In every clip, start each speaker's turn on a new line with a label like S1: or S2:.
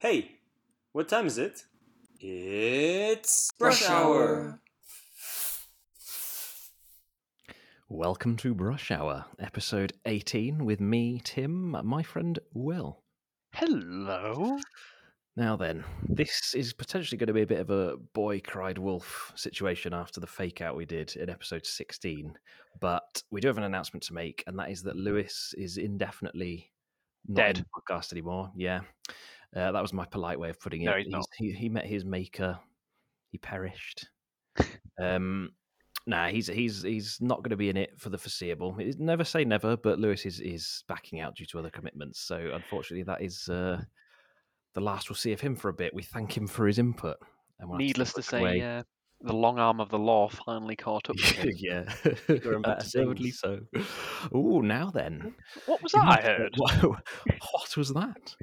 S1: Hey, what time is it? It's
S2: Brush hour.
S3: Welcome to Brush Hour, episode 18, with me, Tim, my friend Will.
S4: Hello.
S3: Now then, this is potentially going to be a bit of a boy cried wolf situation after the fake out we did in episode 16, but we do have an announcement to make, and that is that Lewis is indefinitely not in
S4: Dead.
S3: the podcast anymore. Yeah. Uh, that was my polite way of putting it.
S4: No, he's not.
S3: He, he met his maker, he perished. um, Nah, he's he's he's not going to be in it for the foreseeable. It- Never say never, but Lewis is is backing out due to other commitments. So unfortunately, that is uh, the last we'll see of him for a bit. We thank him for his input. And we'll have
S4: Needless to
S3: look
S4: say,
S3: away.
S4: uh, the long arm of the law finally caught up with him.
S3: yeah,
S1: him back to
S3: absolutely so. Ooh, now then,
S4: What was that I heard?
S3: What, what was that?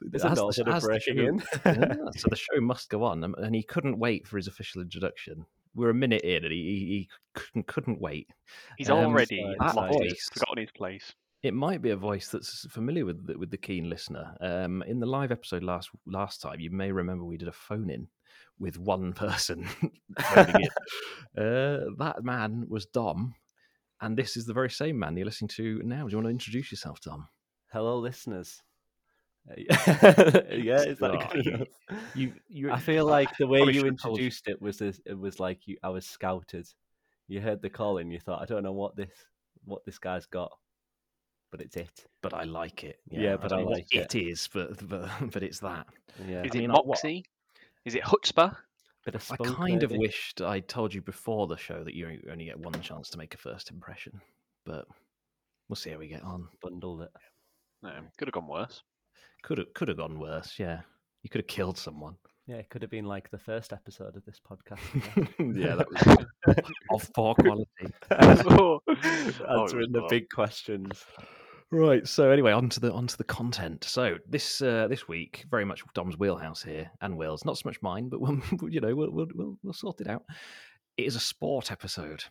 S1: There's a
S3: As the-
S1: lot of
S3: as the
S1: pressure
S3: show-
S1: in.
S3: Yeah, so the show must go on, and- and he couldn't wait for his official introduction. We're a minute in, and he, he he couldn't couldn't wait.
S4: He's
S3: Um,
S4: already
S3: that
S4: lost his-
S3: voice.
S4: forgotten his place.
S3: It might be a voice that's familiar with the, with the keen listener. Um, in the live episode last last time, you may remember we did a phone in with one person. phoning in. Uh, that man was Dom, and this is the very same man you're listening to now. Do you want to introduce yourself, Dom?
S2: Hello, listeners. Uh, yeah, is that
S3: Oh,
S2: good
S3: you-
S2: enough?
S3: You, you.
S2: I feel like the way
S3: probably
S2: you
S3: should've told you.
S2: introduced it was this, it was like you I was scouted. You heard the call and you thought, I don't know what this what this guy's got, but it's it.
S3: but I like it.
S2: Yeah, but
S3: don't
S2: I
S3: know what
S2: like it.
S3: It is, but but, but it's that.
S2: Yeah,
S4: Is
S3: I
S4: it
S3: mean, like, what-
S4: Moxie? Is it Hutzpah?
S2: bit of
S3: I
S2: spunk,
S3: kind of
S2: maybe.
S3: wished I told you before the show that you only get one chance to make a first impression, but we'll see how we get on.
S2: bundled it.
S4: No, could have gone worse.
S3: Could have could have gone worse. Yeah, you could have killed someone.
S2: Yeah, it could have been like the first episode of this podcast. you know?
S3: yeah, that was of poor quality.
S4: Oh,
S2: Answering the
S4: well.
S2: big questions.
S3: Right. So anyway, onto the onto the content. So this uh, this week, very much Dom's wheelhouse here, and Will's not so much mine, but we'll, you know we'll, we'll we'll we'll sort it out. It is a sport episode,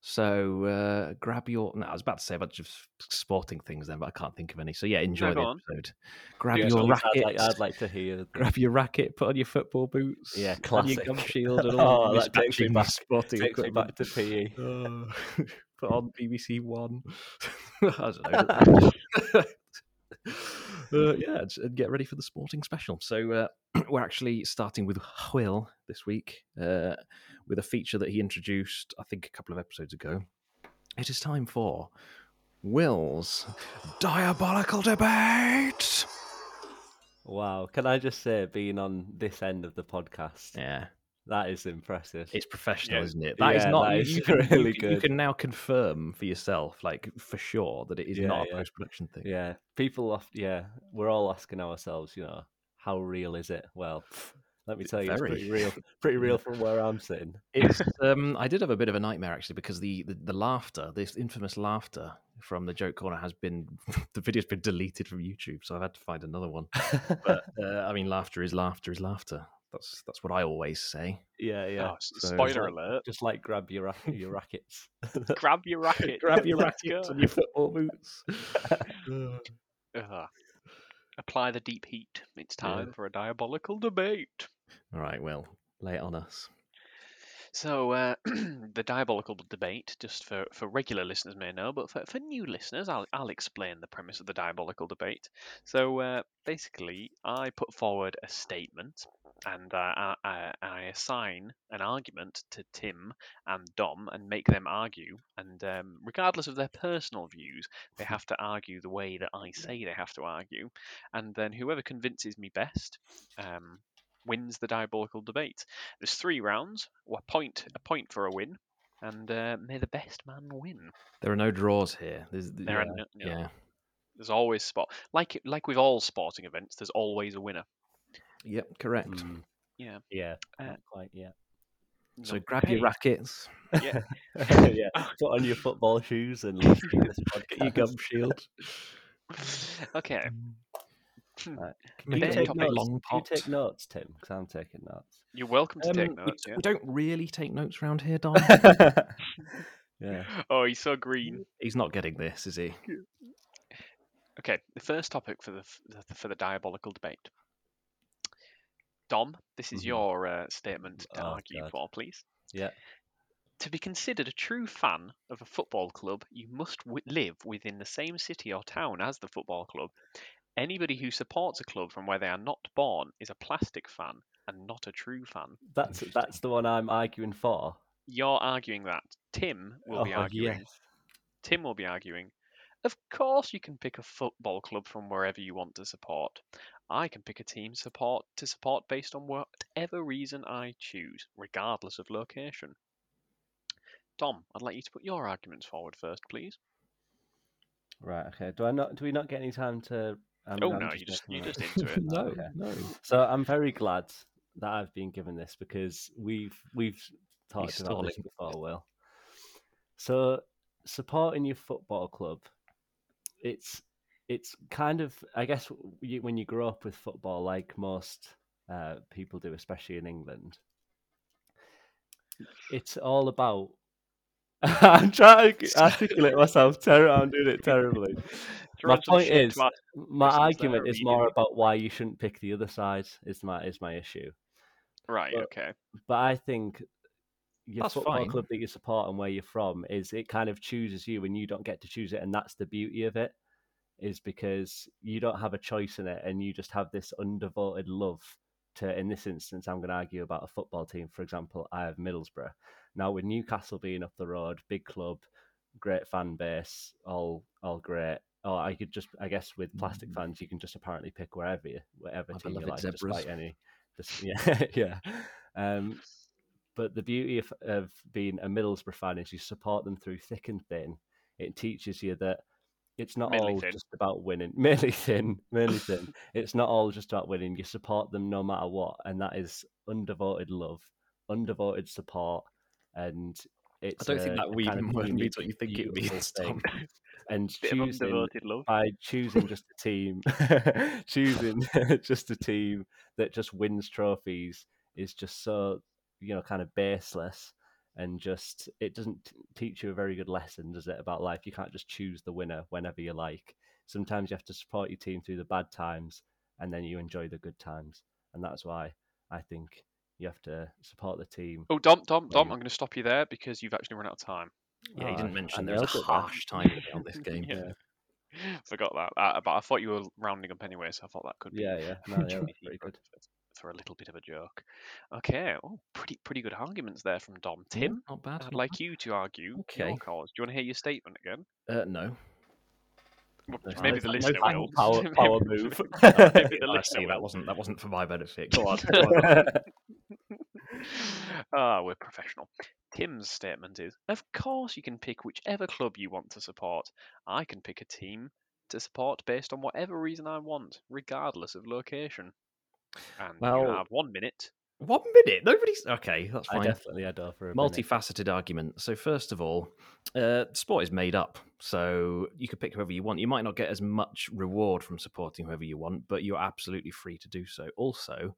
S3: so uh, grab your. No, I was about to say a bunch of sporting things then, but I can't think of any. So yeah, enjoy
S4: go
S3: the
S4: on.
S3: episode. Grab
S4: Yeah,
S3: your
S4: so
S3: racket.
S2: I'd like, I'd like to hear.
S3: Grab your racket, put on your football boots,
S2: Yeah,
S3: on your
S2: classic.
S3: gum shield, and all
S2: Oh,
S3: the
S2: that takes me
S3: mismatching
S2: back-
S3: sporting
S2: Takes me
S3: equipment.
S2: back to E. PE.
S3: Uh, put on BBC One. I don't know. Uh, yeah, j- and get ready for the sporting special. So uh, we're actually starting with Will this week uh, with a feature that he introduced, I think, a couple of episodes ago. It is time for Will's diabolical debate.
S2: Wow, can I just say, being on this end of the podcast,
S3: Yeah,
S2: that is impressive.
S3: it's professional,
S4: Yeah.
S3: isn't it? That is
S2: Yeah,
S3: not.
S2: that
S3: you-
S2: is
S3: you can, you
S2: really
S3: can- You
S2: good.
S3: can now confirm for yourself, like for sure, that it is
S2: Yeah,
S3: not a
S2: yeah.
S3: post-production thing.
S2: Yeah, people often, yeah, we're all asking ourselves, you know, how real is it? Well, let me tell you,
S3: Very.
S2: it's pretty real, pretty
S3: Yeah.
S2: real from where I'm sitting.
S3: It's um, I did have a bit of a nightmare actually because the, the the laughter, this infamous laughter from the joke corner, has been the video's been deleted from YouTube, so I've had to find another one. But uh, I mean, laughter is laughter is laughter. That's that's what I always say.
S2: yeah, yeah.
S4: Oh, s-
S3: so-
S4: spoiler alert.
S2: Just like grab your rac- your rackets.
S4: Grab your racket. Let's go.
S3: your football boots.
S4: Ugh. Apply the deep heat. It's time for a diabolical debate.
S3: All right, well, lay it on us.
S4: So, uh, the diabolical debate, just for, for regular listeners may know, but for, for new listeners, I'll, I'll explain the premise of the diabolical debate. So, uh, basically, I put forward a statement and uh, I, I, I assign an argument to Tim and Dom and make them argue. And um, regardless of their personal views, they have to argue the way that I say they have to argue. And then whoever convinces me best um, wins the diabolical debate. There's three rounds, a point, a point for a win, and uh, may the best man win.
S3: There are no draws here. There's,
S4: There
S3: yeah,
S4: are no, no-
S3: yeah,
S4: there's always spot like like with all sporting events. There's always a winner.
S3: yep, correct.
S2: Mm,
S4: Yeah.
S2: yeah,
S4: Uh,
S2: not quite yeah.
S3: So grab your
S4: Okay.
S3: rackets,
S2: yeah,
S4: Oh.
S2: put on your football shoes and listen to this
S3: get your
S2: podcast.
S3: gum shield.
S4: okay.
S2: Do
S3: Make
S2: you,
S3: a
S2: take
S3: long-
S2: notes?
S3: long
S2: Do you
S3: pot.
S2: take notes, Tim? Because I'm taking notes.
S4: You're welcome to take
S3: Um, we-
S4: notes.
S3: we,
S4: Yeah.
S3: don't really take notes round here, Don.
S2: yeah.
S4: Oh, he's so green.
S3: He's not getting this, is he?
S4: Okay, the first topic for the f- the- for the diabolical debate. Dom, this is
S2: Mhm.
S4: your uh, statement to
S2: Oh,
S4: argue
S2: God.
S4: for, please.
S2: Yeah.
S4: To be considered a true fan of a football club, you must w- live within the same city or town as the football club. Anybody who supports a club from where they are not born is a plastic fan and not a true fan.
S2: That's
S3: Interesting.
S2: that's the one I'm arguing for.
S4: You're arguing that. Tim will be
S2: Oh,
S4: arguing
S2: yes.
S4: Tim will be arguing, Of course, you can pick a football club from wherever you want to support. I can pick a team support to support based on whatever reason I choose, regardless of location. Tom, I'd like you to put your arguments forward first, please.
S2: Right. Okay. Do I not? Do we not get any time to? I'm-
S4: oh
S2: I'm
S4: no, you just
S2: making
S4: you
S2: my-
S4: just into it.
S3: no,
S2: Okay.
S3: no.
S2: So I'm very glad that I've been given this because we've we've talked
S3: He's
S2: about this
S3: stalling.
S2: before, Will. So supporting your football club, it's it's kind of I guess you, when you grow up with football, like most uh, people do, especially in England, it's all about. I'm trying to articulate myself. Ter- I'm doing it terribly.
S4: Throw some
S2: point
S4: shit
S2: is-
S4: to our-
S2: My
S4: Christmas
S2: argument
S4: there,
S2: is
S4: you
S2: more
S4: know.
S2: about why you shouldn't pick the other side. Is my is my issue.
S4: right,
S2: but-
S4: okay,
S2: But I think your
S3: That's
S2: football
S3: fine.
S2: club that you support and where you're from is it kind of chooses you and you don't get to choose it, and that's the beauty of it, is because you don't have a choice in it and you just have this undevoted love to. In this instance, I'm going to argue about a football team. For example, I have Middlesbrough. Now with Newcastle being up the road, big club, great fan base, all all great. Or I could just, I guess, with plastic
S3: Mm.
S2: fans, you can just apparently pick wherever you, whatever
S3: My
S2: team you
S3: beloved
S2: like,
S3: zebras.
S2: despite any. Just, yeah, yeah. Um, but the beauty of, of being a Middlesbrough fan is you support them through thick and thin. It teaches you that it's not
S4: Mainly
S2: all
S4: thin.
S2: just about winning. Merely thin, merely thin. It's not all just about winning. You support them no matter what, and that is undevoted love, undevoted support, and
S3: I
S2: it's.
S3: don't think
S2: a-
S3: that
S2: a
S3: we
S2: kind
S3: even
S2: of
S3: word means
S2: unique
S3: what you
S2: and
S3: think it
S2: beautiful
S3: means.
S2: thing.
S3: Tom.
S2: And
S4: bit of
S2: choosing
S4: undevoted love.
S2: by choosing just a team, choosing just a team that just wins trophies is just so you know kind of baseless and just it doesn't t- teach you a very good lesson, does it, about life? You can't just choose the winner whenever you like. Sometimes you have to support your team through the bad times, and then you enjoy the good times, and that's why I think you have to support the team.
S4: Oh, Dom, Dom, Dom,
S2: Um,
S4: I'm going to stop you there because you've actually run out of time.
S3: Yeah, he
S4: Uh,
S2: Oh,
S3: didn't
S2: I-
S3: mention
S2: I
S3: there was
S2: nailed
S3: a
S2: it then.
S3: harsh time limit on this game.
S4: Yeah. Forgot that, uh, but I thought you were rounding up anyway, so I thought that could be
S2: Yeah, yeah, no, yeah, that's
S4: opportunity
S2: pretty
S4: for-
S2: good.
S4: for, for a little bit of a joke. Okay, oh, pretty pretty good arguments there from Dom. Tim,
S3: not bad.
S4: I'd
S3: not
S4: like you to argue
S3: Okay.
S4: your cause. Do you want to hear your statement again?
S3: bad. Uh, no.
S4: Well,
S2: There's
S4: maybe
S2: no-
S4: the
S2: no
S4: listener
S2: thank-
S4: will.
S2: Power,
S4: Maybe-
S2: power move.
S4: maybe the
S3: I
S4: listener
S3: see. That
S4: will.
S3: wasn't that wasn't for my benefit.
S4: Go on, go on. Ah, we're professional. Tim's statement is Of course, you can pick whichever club you want to support. I can pick a team to support based on whatever reason I want, regardless of location. And you
S3: Well-
S4: have one minute.
S3: One minute. Nobody's okay. That's
S2: I
S3: fine.
S2: definitely had off for a minute.
S3: Multifaceted argument. So first of all, uh, sport is made up, so you could pick whoever you want. You might not get as much reward from supporting whoever you want, but you're absolutely free to do so. Also,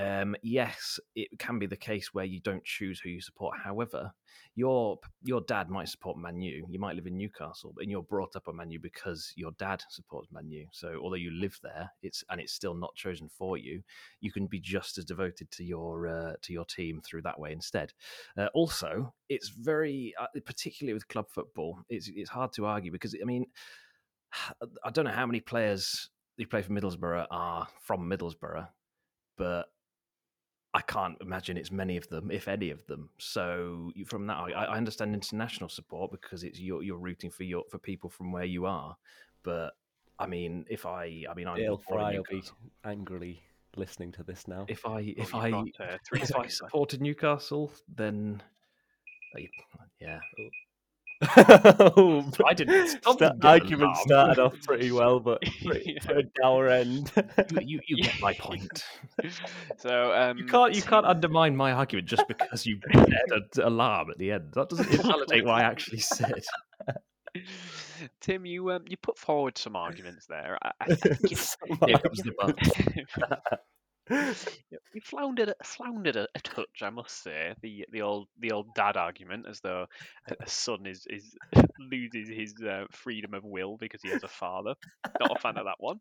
S3: um, yes, it can be the case where you don't choose who you support. However, your your dad might support Man U. You might live in Newcastle, but you're brought up on Man U because your dad supports Man U. So although you live there, it's and it's still not chosen for you. You can be just as devoted to your uh, to your team through that way instead. Uh, also, it's very uh, particularly with club football, it's it's hard to argue because I mean, I don't know how many players who play for Middlesbrough are from Middlesbrough, but I can't imagine it's many of them, if any of them. So you- from that, I, I understand international support because it's you're you're rooting for your for people from where you are, but. I mean, if I, I mean, I'm
S2: Dale
S3: not born in
S2: Fry will be
S3: Newcastle.
S2: angrily listening to this now.
S3: If I,
S4: Oh,
S3: if
S4: you've
S3: I,
S4: got, uh, three
S3: if I
S4: seconds left.
S3: supported Newcastle, then uh, yeah,
S2: Oh,
S3: I didn't-
S2: sta-
S3: something didn't
S2: argument
S3: alarm.
S2: started off pretty well, but pretty,
S4: Yeah.
S2: to a dour end.
S3: you, you, you get my point.
S4: So um,
S3: You can't you can't
S4: Tim-
S3: undermine my argument just because you had an alarm at the end. That doesn't invalidate what I actually said.
S4: Tim, you um, you put forward some arguments there. I, I, I think you
S2: Some
S3: Here
S2: ar-
S3: comes the button.
S4: you floundered, floundered a, a touch, I must say. The the old the old dad argument, as though a, a son is, is loses his uh, freedom of will because he has a father. Not a fan of that one.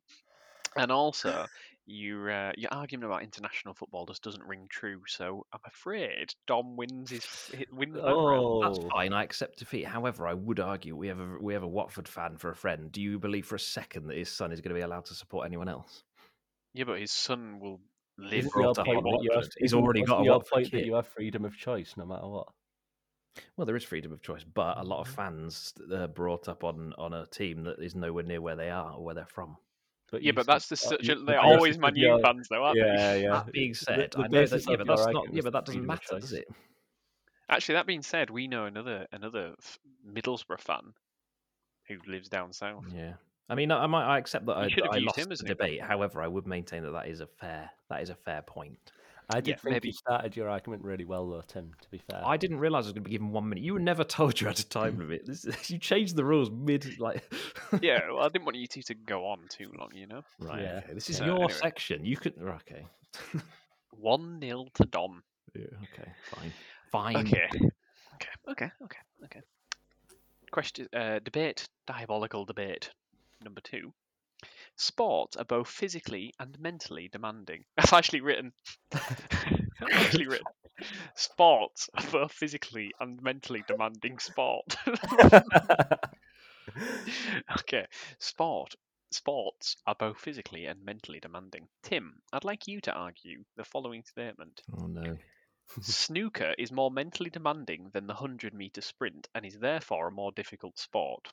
S4: And also, your uh, your argument about international football just doesn't ring true. So I'm afraid Dom wins his hit- wins that round.
S3: That's
S2: Oh.
S3: fine. I accept defeat. However, I would argue we have a we have a Watford fan for a friend. Do you believe for a second that his son is going to be allowed to support anyone else?
S4: Yeah, but his son will live
S2: Isn't
S3: Liverpool
S2: your
S4: up
S3: to
S2: point that you
S3: Watford.
S2: have,
S3: He's
S2: isn't-
S3: already
S2: wasn't
S3: got a
S2: your
S3: Watford
S2: point that
S3: kit.
S2: you have freedom of choice no matter what.
S3: Well, there is freedom of choice, but a lot of fans uh, brought up on on a team that is nowhere near where they are or where they're from.
S2: But
S4: Yeah,
S2: you
S4: but
S2: said-
S4: that's the
S2: uh,
S4: such
S2: you-
S4: a, they're
S2: the basis
S4: always
S2: of
S4: Man U
S2: your-
S4: fans, though, aren't they?
S2: Yeah, yeah.
S3: That being said,
S2: the
S3: I know that,
S2: basis
S3: yeah,
S2: of
S3: but
S2: your
S3: that's not
S2: argument
S3: yeah, but
S2: is the
S3: that doesn't
S2: freedom of
S3: matter, does
S2: choice.
S3: it?
S4: Actually, that being said, we know another another f- Middlesbrough fan who lives down south.
S3: Yeah. I mean, I, I might I accept that I,
S4: should
S3: that
S4: have
S3: I
S4: used
S3: lost
S4: him
S3: the
S4: as an
S3: debate. However, I would maintain that that is a fair that is a fair point.
S2: I did
S4: Yeah,
S2: think
S4: maybe.
S2: you started your argument really well, though, Tim. To be fair,
S3: I didn't realize I was going to be given one minute. You were never told you had a time limit. This, you changed the rules mid, like.
S4: Yeah, well, I didn't want you two to go on too long, you know.
S3: Right.
S2: Yeah.
S3: Okay. This is
S4: So,
S3: your
S4: anyway.
S3: section. You could. Okay.
S4: One 0 to Dom.
S3: Yeah, okay. Fine. Fine.
S4: Okay. Okay. Okay. Okay. Okay. Question. Uh, debate. Diabolical debate. Number two. Sport are both physically and mentally demanding. I've actually written. I've actually written. Sports are both physically and mentally demanding sport. okay. Sport. Sports are both physically and mentally demanding. Tim, I'd like you to argue the following statement.
S3: Oh no.
S4: Snooker is more mentally demanding than the 100 meter sprint and is therefore a more difficult sport.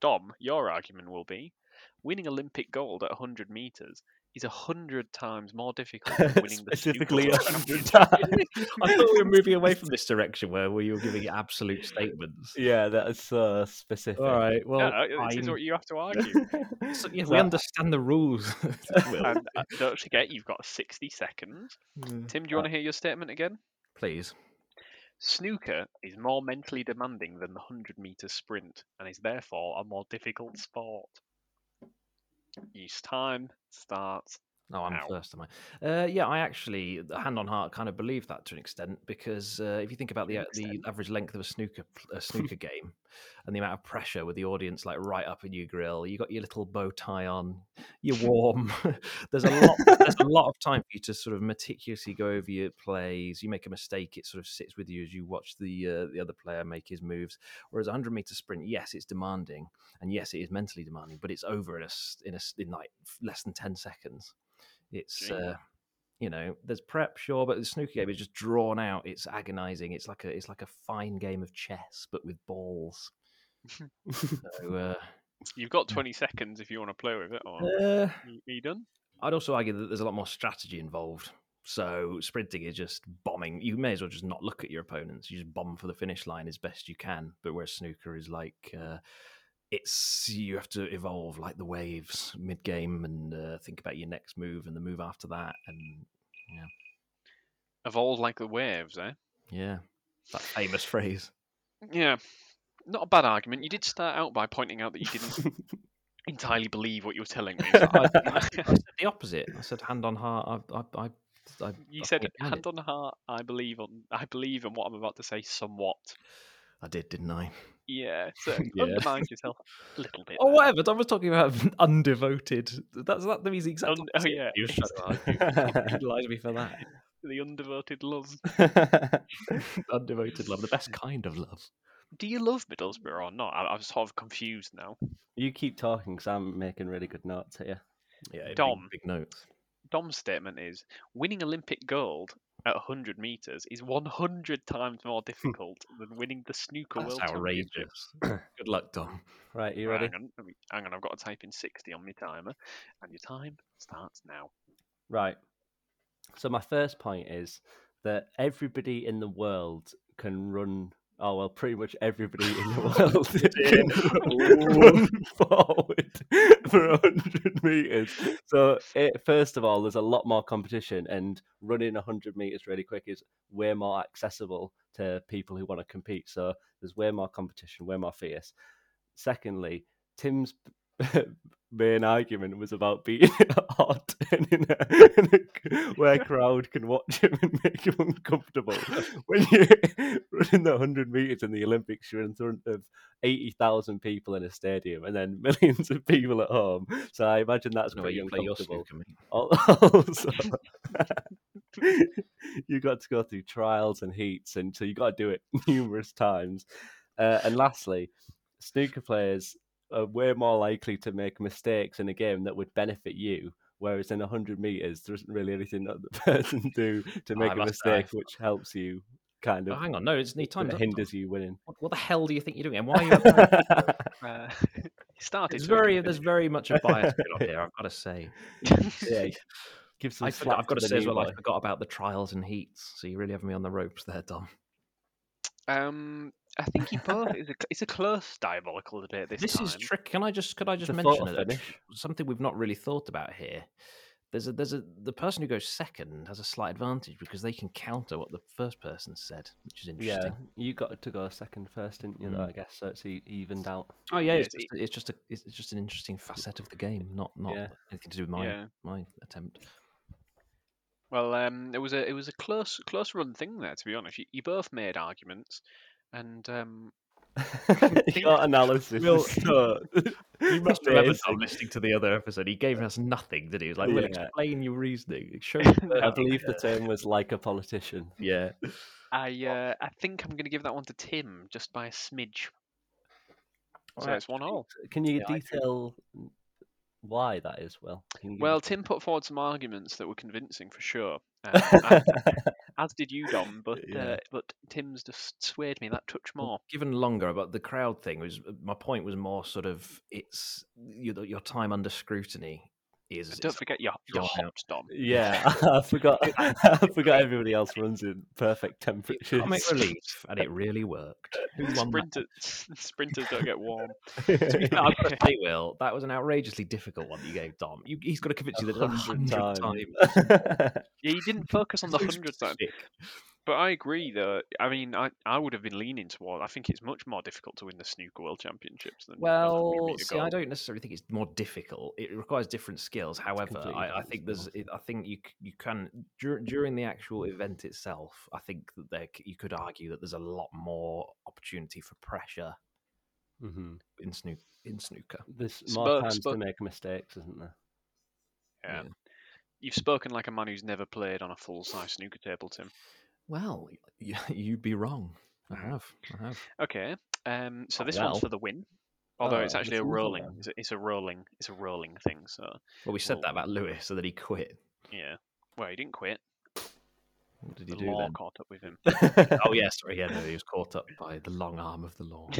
S4: Dom, your argument will be winning Olympic gold at 100 meters is 100 times more difficult than winning the
S2: specifically
S4: snooker.
S2: a
S4: at 100
S2: hundred times.
S3: I thought we were moving away from this direction where we were giving absolute statements.
S2: Yeah, that is so specific.
S3: All right. Well,
S4: No, this is
S3: fine.
S4: what you have to argue.
S3: So, yeah,
S2: Is
S3: we
S2: that-
S3: understand the rules. Will.
S4: and uh, don't forget, you've got 60 seconds. Tim, do you want
S3: Uh,
S4: to hear your statement again?
S3: Please.
S4: Snooker is more mentally demanding than the 100 meter sprint and is therefore a more difficult sport. Each time starts.
S3: No, Oh, I'm
S4: Ow.
S3: first, am I? Uh, yeah, I actually, hand on heart, kind of believe that to an extent because uh, if you think about
S4: To
S3: the
S4: an
S3: the
S4: extent.
S3: average length of a snooker pl- a snooker game and the amount of pressure with the audience like right up in your grill, you got your little bow tie on, you're warm. there's a lot. there's a lot of time for you to sort of meticulously go over your plays. You make a mistake, it sort of sits with you as you watch the uh, the other player make his moves. Whereas a 100 meter sprint, yes, it's demanding, and yes, it is mentally demanding, but it's over in a s- in a s- in like less than 10 seconds. It's
S4: Gee.
S3: uh, you know, there's prep, sure, but the snooker game is just drawn out. It's agonising. It's like a it's like a fine game of chess, but with balls. so, uh,
S4: You've got 20 seconds if you want to play with it. Or
S3: uh,
S4: You- you done?
S3: I'd also argue that there's a lot more strategy involved. So sprinting is just bombing. You may as well just not look at your opponents. You just bomb for the finish line as best you can. But where snooker is like, uh, it's you have to evolve like the waves mid game and uh, think about your next move and the move after that. And
S4: Evolve like the waves, eh?
S3: yeah, that famous phrase.
S4: Yeah. Not a bad argument. You did start out by pointing out that you didn't entirely believe what you were telling me. so
S3: I, I said the opposite. I said hand on heart. I, I, I, I
S4: you
S3: I
S4: said
S3: think I did.
S4: hand on heart, I believe on I believe in what I'm about to say somewhat.
S3: I did, didn't I?
S4: Yeah. So
S3: Yeah.
S4: undermine yourself a little bit.
S3: Oh,
S4: there.
S3: whatever. Tom was talking about undevoted. That's that means the exact.
S4: Un- oh,
S3: opposite.
S4: yeah.
S3: He was trying to argue. penalise me for that.
S4: The undevoted love.
S3: Undevoted love, the best kind of love.
S4: Do you love Middlesbrough or not? I, I'm sort of confused now.
S2: you keep talking because I'm making really good notes here.
S3: Yeah, big-
S4: Dom.
S3: Big, notes.
S4: Dom's statement is winning Olympic gold at 100 meters is 100 times more difficult than winning the snooker
S3: That's
S4: world championship.
S3: outrageous. Good luck, Dom.
S2: Right, you
S4: Right,
S2: ready?
S4: Hang on, let me- hang on, I've got to type in 60 on my timer, and your time starts now.
S2: Right. So my first point is that everybody in the world can run. Oh well, pretty much everybody in the world can run forward for hundred meters. So it, first of all, there's a lot more competition, and running hundred meters really quick is way more accessible to people who want to compete. So there's way more competition, way more fierce. Secondly, Tim's main argument was about being hot and in a, in a- where a crowd can watch him and make him uncomfortable. When you're running the 100 meters in the Olympics, you're in front of 80,000 people in a stadium and then millions of people at home. So I imagine that's
S3: No way
S2: pretty
S3: you play your
S2: uncomfortable.
S3: snooker, mate.
S2: Al- also, oh, you got to go through trials and heats, and so you got to do it numerous times. Uh, and lastly, snooker players are way more likely to make mistakes in a game that would benefit you. Whereas in 100 meters, there isn't really anything that the person do to
S3: Oh,
S2: make a
S3: that's-
S2: mistake which helps you kind
S3: Oh,
S2: of
S3: hang on, no, it's need time.
S2: that hinders you winning.
S3: What, what the hell do you think you're doing? And why are you? having that?
S4: Uh, he started.
S3: It's
S4: so he
S3: very,
S4: can
S3: there's
S4: finish.
S3: very much a bias going on here. I've got to say.
S2: yeah, give some
S3: I
S2: slack
S3: forgot, I've got to
S2: the
S3: say as
S2: new
S3: well, I
S2: boy.
S3: forgot about the trials and heats. So you really have me on the ropes there, Dom.
S4: Um, I think he both. It's a, it's a close diabolical debate this,
S3: This
S4: time.
S3: is trick. Can I just could I just
S2: The
S3: mention
S2: photo
S3: a- a tr-
S2: finish.
S3: something we've not really thought about here? There's a there's a the person who goes second has a slight advantage because they can counter what the first person said, which is
S2: Yeah,
S3: interesting.
S2: you got to go second first, didn't you? Though,
S3: Mm.
S2: I guess so. It's e- evened out.
S3: Oh yeah,
S4: Yeah,
S3: it's,
S4: it-
S3: just, it's just a it's it's just an interesting facet of the game, not not
S2: Yeah.
S3: anything to do with my
S4: Yeah.
S3: my attempt.
S4: Well, um, it was a it was a close close run thing there. To be honest, you, you both made arguments, and um, think-
S2: Your analysis
S3: Well,
S2: is so.
S3: You must remember Tom
S2: amazing.
S3: listening to the other episode. He gave us nothing, did he? He was like, "Well,
S2: "Well,
S3: explain your reasoning. Show
S2: I believe the term was like a politician.
S3: yeah,
S4: I uh, I think I'm going to give that one to Tim just by a smidge. So it's one all.
S2: Can you
S4: Yeah, I think-
S2: detail why that is? Well, Can you give
S4: Well,
S2: us-
S4: Tim put forward some arguments that were convincing for sure, uh, as, as did you, Dom. But
S2: Yeah.
S4: uh, but Tim's just swayed me that touch more.
S3: given longer about the crowd thing was my point was more sort of it's your, your time under scrutiny is
S4: Don't
S3: is-
S4: forget your your
S3: gone
S4: hot
S3: out.
S4: Dom.
S2: yeah, I forgot. I forgot everybody else runs in perfect
S3: it's
S2: temperatures.
S3: comic relief, and it really worked. Who won that?
S4: Sprinters sprinters don't get warm.
S3: To be fair, I've got to say, Will, that was an outrageously difficult one that you gave Dom. You, he's got to convince you that a hundred times.
S4: Yeah, you didn't focus on the
S3: So
S4: hundred time.
S3: specific.
S4: But I agree though. I mean, I, I would have been leaning toward. I think it's much more difficult to win the snooker world championships than.
S3: Well,
S4: 100 meter
S3: see, I
S4: gold.
S3: don't necessarily think it's more difficult. It requires different skills. However,
S2: completely
S3: I, I
S2: different
S3: think there's, it- I think you c- you can dur- during the actual event itself. I think that there c- you could argue that there's a lot more opportunity for pressure
S2: hmm
S3: in snook in snooker.
S2: There's
S4: It's
S2: more
S4: about-
S2: times
S4: it's about-
S2: to make mistakes, isn't there?
S4: Yeah.
S3: yeah.
S4: You've spoken like a man who's never played on a full size snooker table, Tim.
S3: Well, y- you'd be wrong. I have, I have.
S4: Okay. Um. So
S2: Oh,
S4: this
S2: well.
S4: one's for the win. Although
S2: Oh,
S4: it's actually
S2: this
S4: a
S2: one's for
S4: rolling.
S2: them.
S4: It's a, it's a rolling. It's a rolling thing. So
S3: Well, we said
S4: Well-
S3: that about Lewis, so that he quit.
S4: yeah. Well, he didn't quit.
S3: What did he
S4: The
S3: do
S4: law
S3: then?
S4: caught up with him.
S3: oh yeah, sorry, yeah, no, he was caught up by the long arm of the law,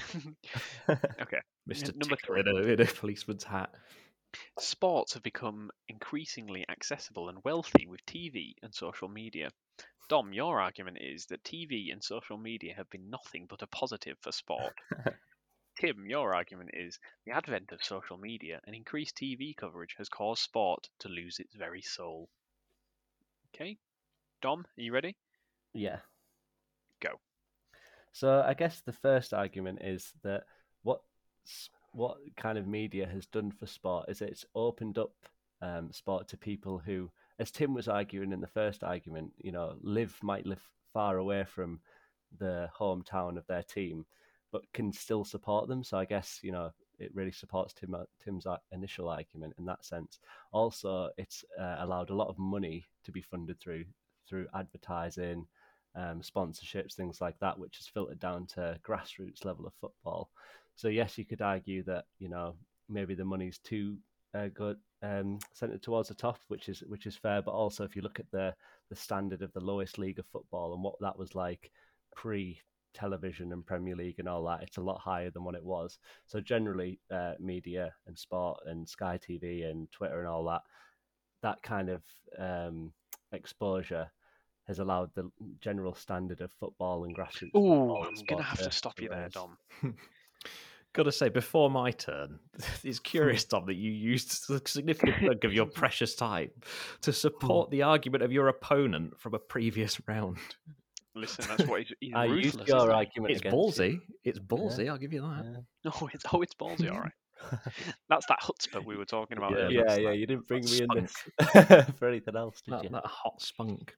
S4: okay.
S3: Mister
S4: number
S3: Tickler in a, in a policeman's hat.
S4: Sports have become increasingly accessible and wealthy with TV and social media. Dom, your argument is that TV and social media have been nothing but a positive for sport. Tim, your argument is the advent of social media and increased TV coverage has caused sport to lose its very soul. Okay, Dom, are you ready?
S2: Yeah.
S4: Go.
S2: So I guess the first argument is that what s- what kind of media has done for sport is it's opened up um, sport to people who, as Tim was arguing in the first argument, you know, live might live far away from the hometown of their team, but can still support them. So I guess you know it really supports Tim uh, Tim's ar- initial argument in that sense. Also, it's uh, allowed a lot of money to be funded through through advertising um, sponsorships, things like that, which is filtered down to grassroots level of football. So yes, you could argue that you know maybe the money's too uh, good um, centered towards the top, which is which is fair. But also, if you look at the the standard of the lowest league of football and what that was like pre television and Premier League and all that, it's a lot higher than what it was. So generally, uh, media and sport and Sky TV and Twitter and all that, that kind of um, exposure has allowed the general standard of football and grassroots.
S4: Ooh,
S2: football and
S4: I'm going
S2: sport
S4: to have to stop you there,
S2: rise.
S4: Dom.
S3: Got to say, before my turn,
S2: Hmm.
S3: it's curious, Tom, that you used a significant chunk of your precious time
S2: Hmm.
S3: to support the argument of your opponent from a previous round.
S4: Listen, that's what he's, he's
S2: I
S4: ruthless.
S2: used your
S4: isn't he?
S2: argument.
S3: It's
S2: against you.
S3: ballsy. It's ballsy. I'll give you that.
S2: Yeah.
S4: No, it's, oh, it's ballsy, all right. That's that chutzpah we were talking about
S2: yeah,
S4: earlier.
S2: yeah,
S4: It's like-
S2: You didn't bring me in
S4: spunk.
S2: this for anything else, did
S3: that,
S2: you?
S3: that hot spunk.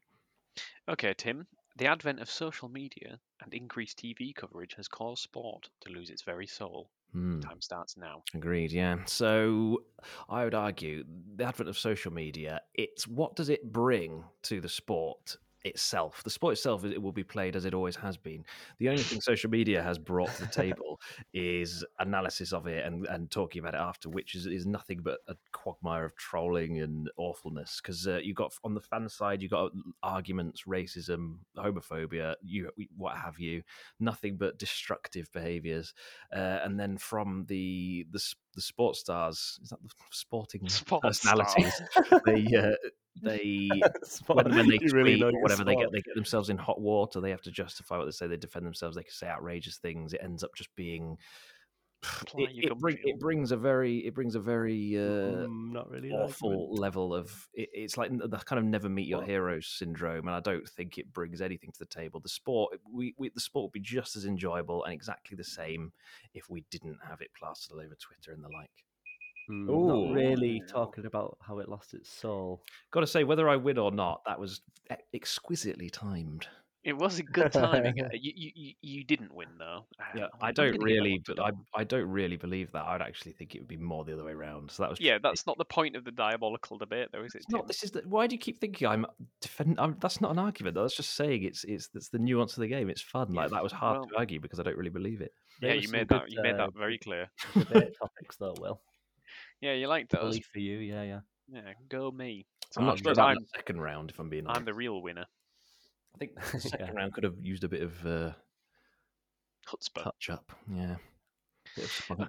S4: Okay, Tim. The advent of social media and increased TV coverage has caused sport to lose its very soul.
S3: Hmm.
S4: Time starts now.
S3: Agreed, yeah. So I would argue the advent of social media, it's what does it bring to the sport itself? The sport itself it will be played as it always has been. The only thing social media has brought to the table is analysis of it and, and talking about it after, which is, is nothing but a quagmire of trolling and awfulness. Because uh, you've got on the fan side, you've got uh, arguments, racism, homophobia, you what have you, nothing but destructive behaviours uh, and then from the the s- the sports stars is that the sporting
S4: Sport
S3: personalities they uh, they
S2: Spot-
S3: when, when they
S2: you
S3: tweet
S2: really know
S3: or
S2: your
S3: whatever they get
S2: spot.
S3: they get themselves in hot water they have to justify what they say they defend themselves they can say outrageous things it ends up just being
S4: Apply
S3: it,
S4: your
S3: it,
S4: gum
S3: bring,
S4: feel.
S3: it brings a very it brings a very uh,
S2: Mm, not really. an
S3: awful
S2: argument.
S3: level of it, it's like the kind of never meet your
S2: Well-
S3: heroes syndrome and i don't think it brings anything to the table the sport we, we the sport would be just as enjoyable and exactly the same if we didn't have it plastered all over twitter and the like
S2: Mm,
S3: Ooh.
S2: not really talking about how it lost its soul.
S3: gotta say whether i win or not that was e- exquisitely timed
S4: It was a good timing. Uh, you, you, you- you didn't win though. Uh,
S3: yeah i
S4: I'm
S3: don't
S4: gonna give that
S3: really
S4: one to
S3: but I,
S4: Dom.
S3: I don't really believe that i'd actually think it would be more the other way around so that was
S4: Yeah, that's not the point of the diabolical debate, though, is it?
S3: It's not.
S4: Tim?
S3: This is the, why do you keep thinking I'm defend? I'm, that's not an argument. Though. That's just saying it's it's that's the nuance of the game. It's fun. Like that was hard
S4: Well-
S3: to argue because I don't really believe it.
S2: There
S4: yeah,
S2: were
S4: you
S2: some
S4: made
S2: good,
S4: that. You made
S2: uh,
S4: that very clear.
S2: Debate topics though, Will.
S4: Yeah, you like those.
S2: Only for you, yeah, yeah.
S4: Yeah, go me. So
S3: I'm not
S4: I'm
S3: sure
S4: the-
S3: about
S4: I'm-
S3: the second round. If I'm being honest,
S4: I'm the real winner.
S3: I think the second
S2: Yeah.
S3: round could have used a bit of uh,
S4: Chutzpah.
S3: touch up. Yeah, bit of spunk.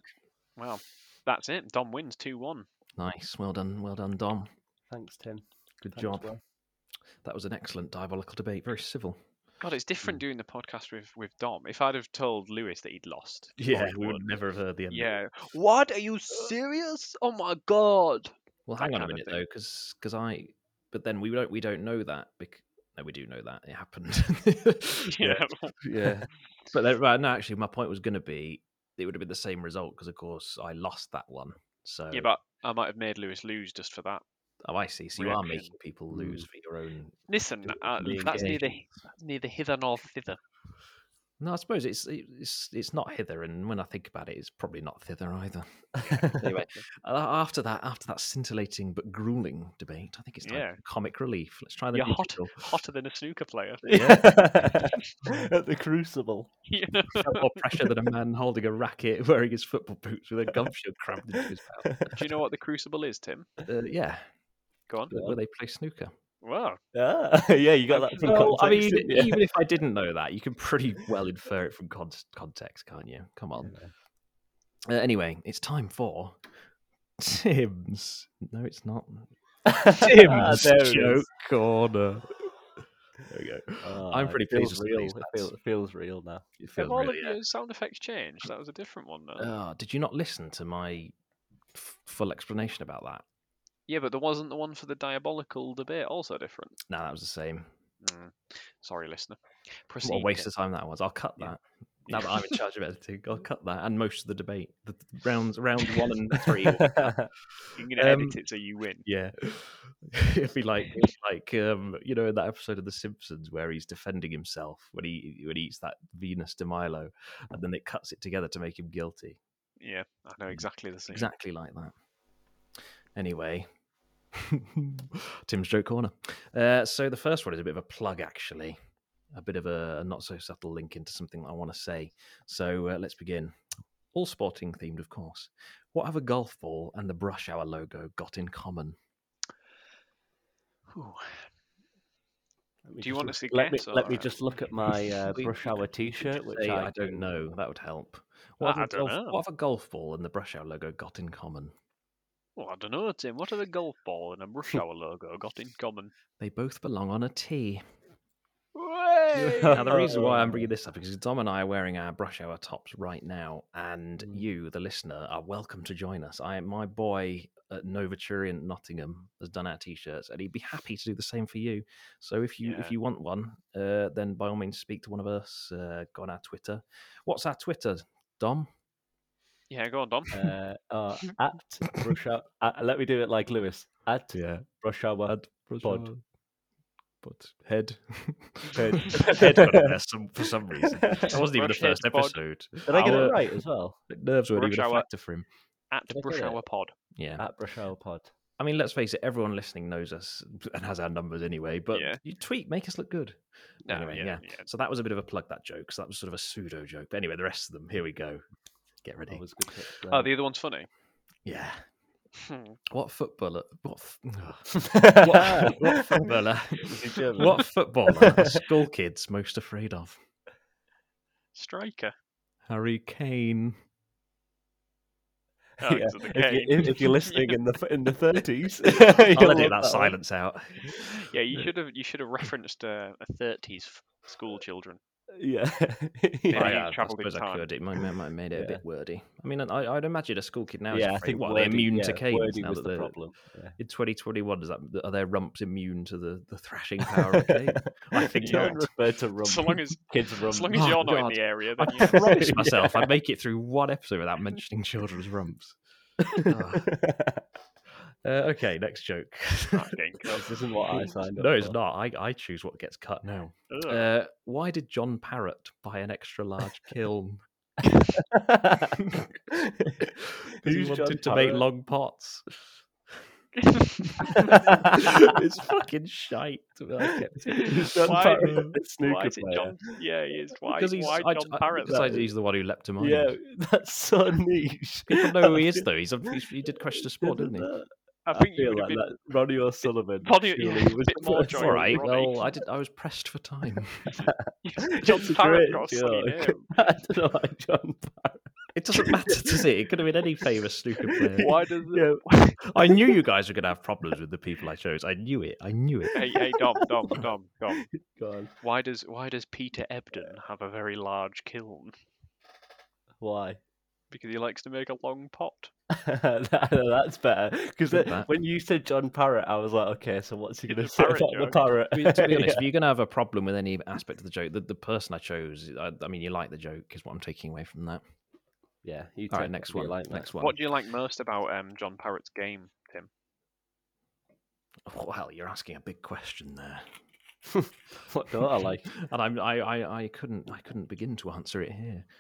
S4: Well, that's it. Dom wins two one.
S3: Nice. Well done. Well done, Dom.
S2: Thanks, Tim.
S3: Good
S2: Thanks,
S3: job.
S2: Will.
S3: That was an excellent diabolical debate. Very civil.
S4: God, it's different
S3: Mm.
S4: doing the podcast with with Dom. If I'd have told Lewis that he'd lost, or he'd won,
S3: never have heard the of it.
S4: yeah. What are you serious? Oh my god!
S3: Well,
S4: that
S3: hang on a
S4: kind of
S3: minute
S4: thing.
S3: though, because I, but then we don't we don't know that. Because, no, we do know that it happened.
S4: Yeah.
S3: yeah. But then, right, no, actually, my point was going to be it would have been the same result because, of course, I lost that one. So
S4: yeah, but I might have made Lewis lose just for that.
S3: oh, I see. So you are
S4: Reaction.
S3: making people lose for your own.
S4: Listen,
S3: Don't
S4: mm. uh,
S3: be
S4: that's
S3: engaged.
S4: neither that's neither hither nor thither.
S3: No, I suppose it's it's it's not hither, and when I think about it, it's probably not thither either. anyway, uh, after that, after that scintillating but grueling debate, I think it's time
S4: Yeah.
S3: for comic relief. Let's try the
S4: You're hot,
S3: digital.
S4: hotter than a snooker player.
S2: At the Crucible.
S4: Yeah.
S3: felt more pressure than a man holding a racket wearing his football boots with a golf shield crammed into his mouth.
S4: Do you know what the Crucible is, Tim?
S3: Uh, yeah,
S4: Go on.
S3: where they play snooker.
S4: Wow.
S2: Ah, yeah, you got that from
S3: Well, I mean,
S2: context, didn't you?
S3: even if I didn't know that, you can pretty well infer it from con- context, can't you? Come on. Uh, anyway, it's time for Tim's. No, it's not. Tim's
S2: Ah, there it is.
S3: joke corner. There we go.
S2: Ah,
S3: I'm
S2: it
S3: pretty
S2: feels
S3: pleased with
S2: real.
S3: these
S2: It
S3: lads.
S2: feels, it feels real now.
S3: It feels
S4: Have all
S3: really,
S4: of
S3: yeah.
S4: your sound effects changed? That was a different one, though.
S3: Ah, did you not listen to my f- full explanation about that?
S4: yeah, but there wasn't the one for the diabolical debate also different.
S3: No, that was the same.
S4: Mm. Sorry, listener. Proceed.
S3: What a waste
S4: Tim.
S3: of time that was. I'll cut
S4: Yeah.
S3: that. Now that I'm in charge of editing, I'll cut that and most of the debate. The the rounds, round one and three. will be cut.
S4: You're going to
S3: Um,
S4: edit it so you win.
S3: yeah, it'd be like it'd be like um, you know in that episode of The Simpsons where he's defending himself when he when he eats that Venus de Milo, and then it cuts it together to make him guilty.
S4: Yeah, I know exactly the same.
S3: Exactly like that. Anyway, Tim's joke corner. Uh, so the first one is a bit of a plug, actually, a bit of a, a not so subtle link into something that I want to say. So uh, let's begin. All sporting themed, of course. What have a golf ball and the Brush Hour logo got in common?
S4: Whew.
S2: Let me
S4: Do you
S2: just
S4: want
S2: look-
S4: us to
S2: Let me,
S4: guess,
S2: let me
S4: or-
S2: just look at my uh,
S3: We-
S2: brush hour T-shirt, which
S3: Say,
S2: I,
S3: I, don't know. That would help. What,
S4: I
S3: have a
S4: don't
S3: golf-
S4: know.
S3: what have a golf ball and the Brush Hour logo got in common?
S4: Well, Oh, I don't know, Tim. What have a golf ball and a brush hour logo got in common?
S3: They both belong on a tee.
S4: Way!
S3: now, the reason why I'm bringing this up is because Dom and I are wearing our brush hour tops right now, and
S2: Mm.
S3: you, the listener, are welcome to join us. I, my boy at Novaturian Nottingham has done our t-shirts, and he'd be happy to do the same for you. So if you
S4: Yeah.
S3: if you want one, uh, then by all means speak to one of us. Uh, go on our Twitter. What's our Twitter, Dom?
S4: Yeah, go on, Dom.
S2: Uh, uh, at rush hour, uh, let me do it like Lewis. At
S3: Yeah.
S2: rush hour
S3: Pod. Pod. Head.
S2: Head.
S3: Head got in there some, for some reason. That wasn't even the
S4: Rush head
S3: first
S4: pod.
S3: episode.
S2: Did I get
S3: Our-
S2: it right as well?
S3: Nerves weren't
S4: Rush
S3: even a
S4: hour.
S3: factor for him.
S4: At
S2: Did I
S4: Brush
S2: do
S4: Hour
S2: it?
S4: Pod.
S3: Yeah.
S2: At brush hour pod.
S3: I mean, let's face it, everyone listening knows us and has our numbers anyway, but
S4: Yeah.
S3: you tweet, make us look good.
S4: No,
S3: Anyway,
S4: yeah,
S3: yeah.
S4: yeah.
S3: So that was a bit of a plug, that joke. So that was sort of a pseudo joke. But anyway, the rest of them, here we go. Get ready.
S2: Always good tips there.
S4: Oh, the other one's funny.
S3: Yeah.
S4: Hmm.
S3: What footballer? What, f- what,
S2: What-
S3: what footballer?
S2: Is he German?
S3: what footballer are school kids most afraid of?
S4: Striker.
S3: Harry Kane.
S4: Oh,
S2: Yeah,
S4: it's the
S2: If,
S4: game.
S2: you, if, if you're listening in the f- in the thirties,
S3: I'll edit that silence out.
S2: uh,
S4: yeah, you should have you should have referenced uh, a thirties school children.
S2: Yeah,
S4: Yeah,
S3: Oh,
S4: you
S3: yeah, I
S4: travel in
S3: suppose I
S4: time.
S3: could. It might, might have made it a
S2: Yeah.
S3: bit wordy. I mean, I, I'd imagine a school kid now is
S2: yeah. I
S3: afraid-
S2: think
S3: what,
S2: wordy,
S3: they're immune
S2: yeah,
S3: to canes
S2: wordy
S3: now
S2: was
S3: that
S2: the
S3: they're-
S2: problem. Yeah.
S3: in 2021 does that are their rumps immune to the, the thrashing power of cane? I think
S2: Yeah.
S3: not.
S2: refer to rum.
S4: So long as
S2: kids rum.
S4: as long as
S3: Oh,
S4: you're not
S3: God.
S4: in the area,
S3: I
S4: then yeah.
S3: promised myself I'd make it through one episode without mentioning children's rumps. Ah. Uh, okay, next joke.
S4: I think.
S2: this isn't what I signed up.
S3: no, it's
S2: for.
S3: not. I, I choose what gets cut now.
S4: Ugh.
S3: Uh, why did John Parrott buy an extra large kiln? Because he
S2: Who's John
S3: wanted to make
S2: Parrott?
S3: long pots. it's fucking shite. I kept it.
S2: John
S4: Why-
S2: Parrott, the snooker
S4: why is it
S2: player.
S4: John? Yeah, he is. Why?
S3: Because he's,
S4: why
S3: I-
S4: John
S3: I-
S4: Parrott?
S3: because I-
S2: though?
S3: he's the one who leapt to mine.
S2: Yeah, that's so niche.
S3: People know who he is, though. He's a, he's, he did Crash the Sport, didn't he?
S4: I
S2: I
S4: think you
S2: feel
S4: would
S2: like
S4: have been.
S2: that. Ronnie O'Sullivan.
S4: Ronnie-
S2: surely
S4: yeah,
S2: was
S4: bit
S2: the
S4: more
S2: first
S4: joy.
S3: All
S2: one.
S3: right.
S4: Ronnie.
S3: Well, I did. I was pressed for time.
S2: It's
S4: John
S2: a
S4: Parrott
S2: great
S4: got
S2: joke.
S4: Sonny
S2: I don't know why John
S3: It doesn't matter, does it? It could have been any famous snooker player.
S4: Dale. Why does
S2: Yeah.
S4: it?
S3: I knew you guys were going to have problems with the people I chose. I knew it. I knew it.
S4: hey, hey, Dom, Dom,
S2: Oh
S4: Dom, Dom.
S2: Parrott.
S4: Why does why does Peter Ebdon have a very large kiln?
S2: Why?
S4: Because he likes to make a long pot.
S2: That- that's better because
S3: Good that.
S2: when you said John Parrott, I was like, okay, so what's he
S4: It's a
S2: going to say
S4: parrot
S2: about the
S4: joke.
S2: parrot?
S3: I mean, to be honest, if you're going to have a problem with any aspect of the joke, the, the person I chose, I, I mean, you like the joke, is what I'm taking away from that.
S2: yeah, you
S3: All
S2: take
S3: right, next one.
S2: Like
S3: next one.
S4: What do you like most about um, John Parrott's game, Tim?
S3: Well, Oh, you're asking a big question there,
S2: What don't I like?
S3: and I'm, I, I, I couldn't, I couldn't begin to answer it here.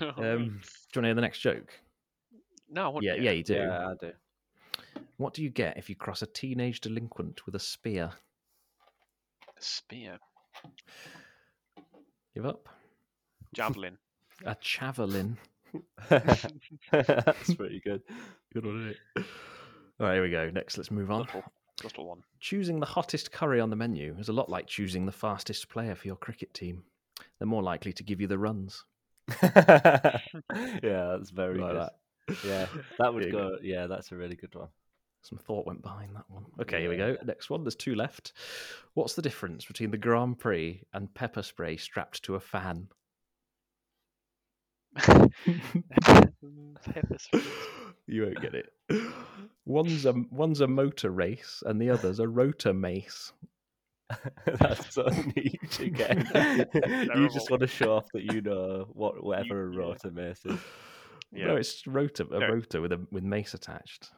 S3: Um, do you want to hear the next joke?
S4: no, I want-
S3: Yeah, yeah, you do.
S2: Yeah, I do.
S3: What do you get if you cross a teenage delinquent with a spear?
S4: Spear,
S3: Give up.
S4: javelin.
S3: A chavalin.
S2: that's pretty good.
S3: Good one, is it? All right, here we go. Next, let's move on.
S4: Little, little one.
S3: Choosing the hottest curry on the menu is a lot like choosing the fastest player for your cricket team. They're more likely to give you the runs.
S2: yeah, that's very
S3: Like
S2: good.
S3: that.
S2: Yeah, that would
S3: Yeah,
S2: go. Yeah, that's a really good one.
S3: Some thought went behind that one. Okay, here we go. Next one. There's two left. What's the difference between the Grand Prix and pepper spray strapped to a fan?
S4: Pepper spray.
S3: you won't get it. One's a one's a motor race and the other's a rotor mace.
S2: That's so niche again. you
S4: Terrible.
S2: just want to show off that you know what whatever a
S4: yeah.
S2: rotor mace is.
S4: Yeah.
S3: No, it's rotor a
S4: No.
S3: rotor with a with mace attached.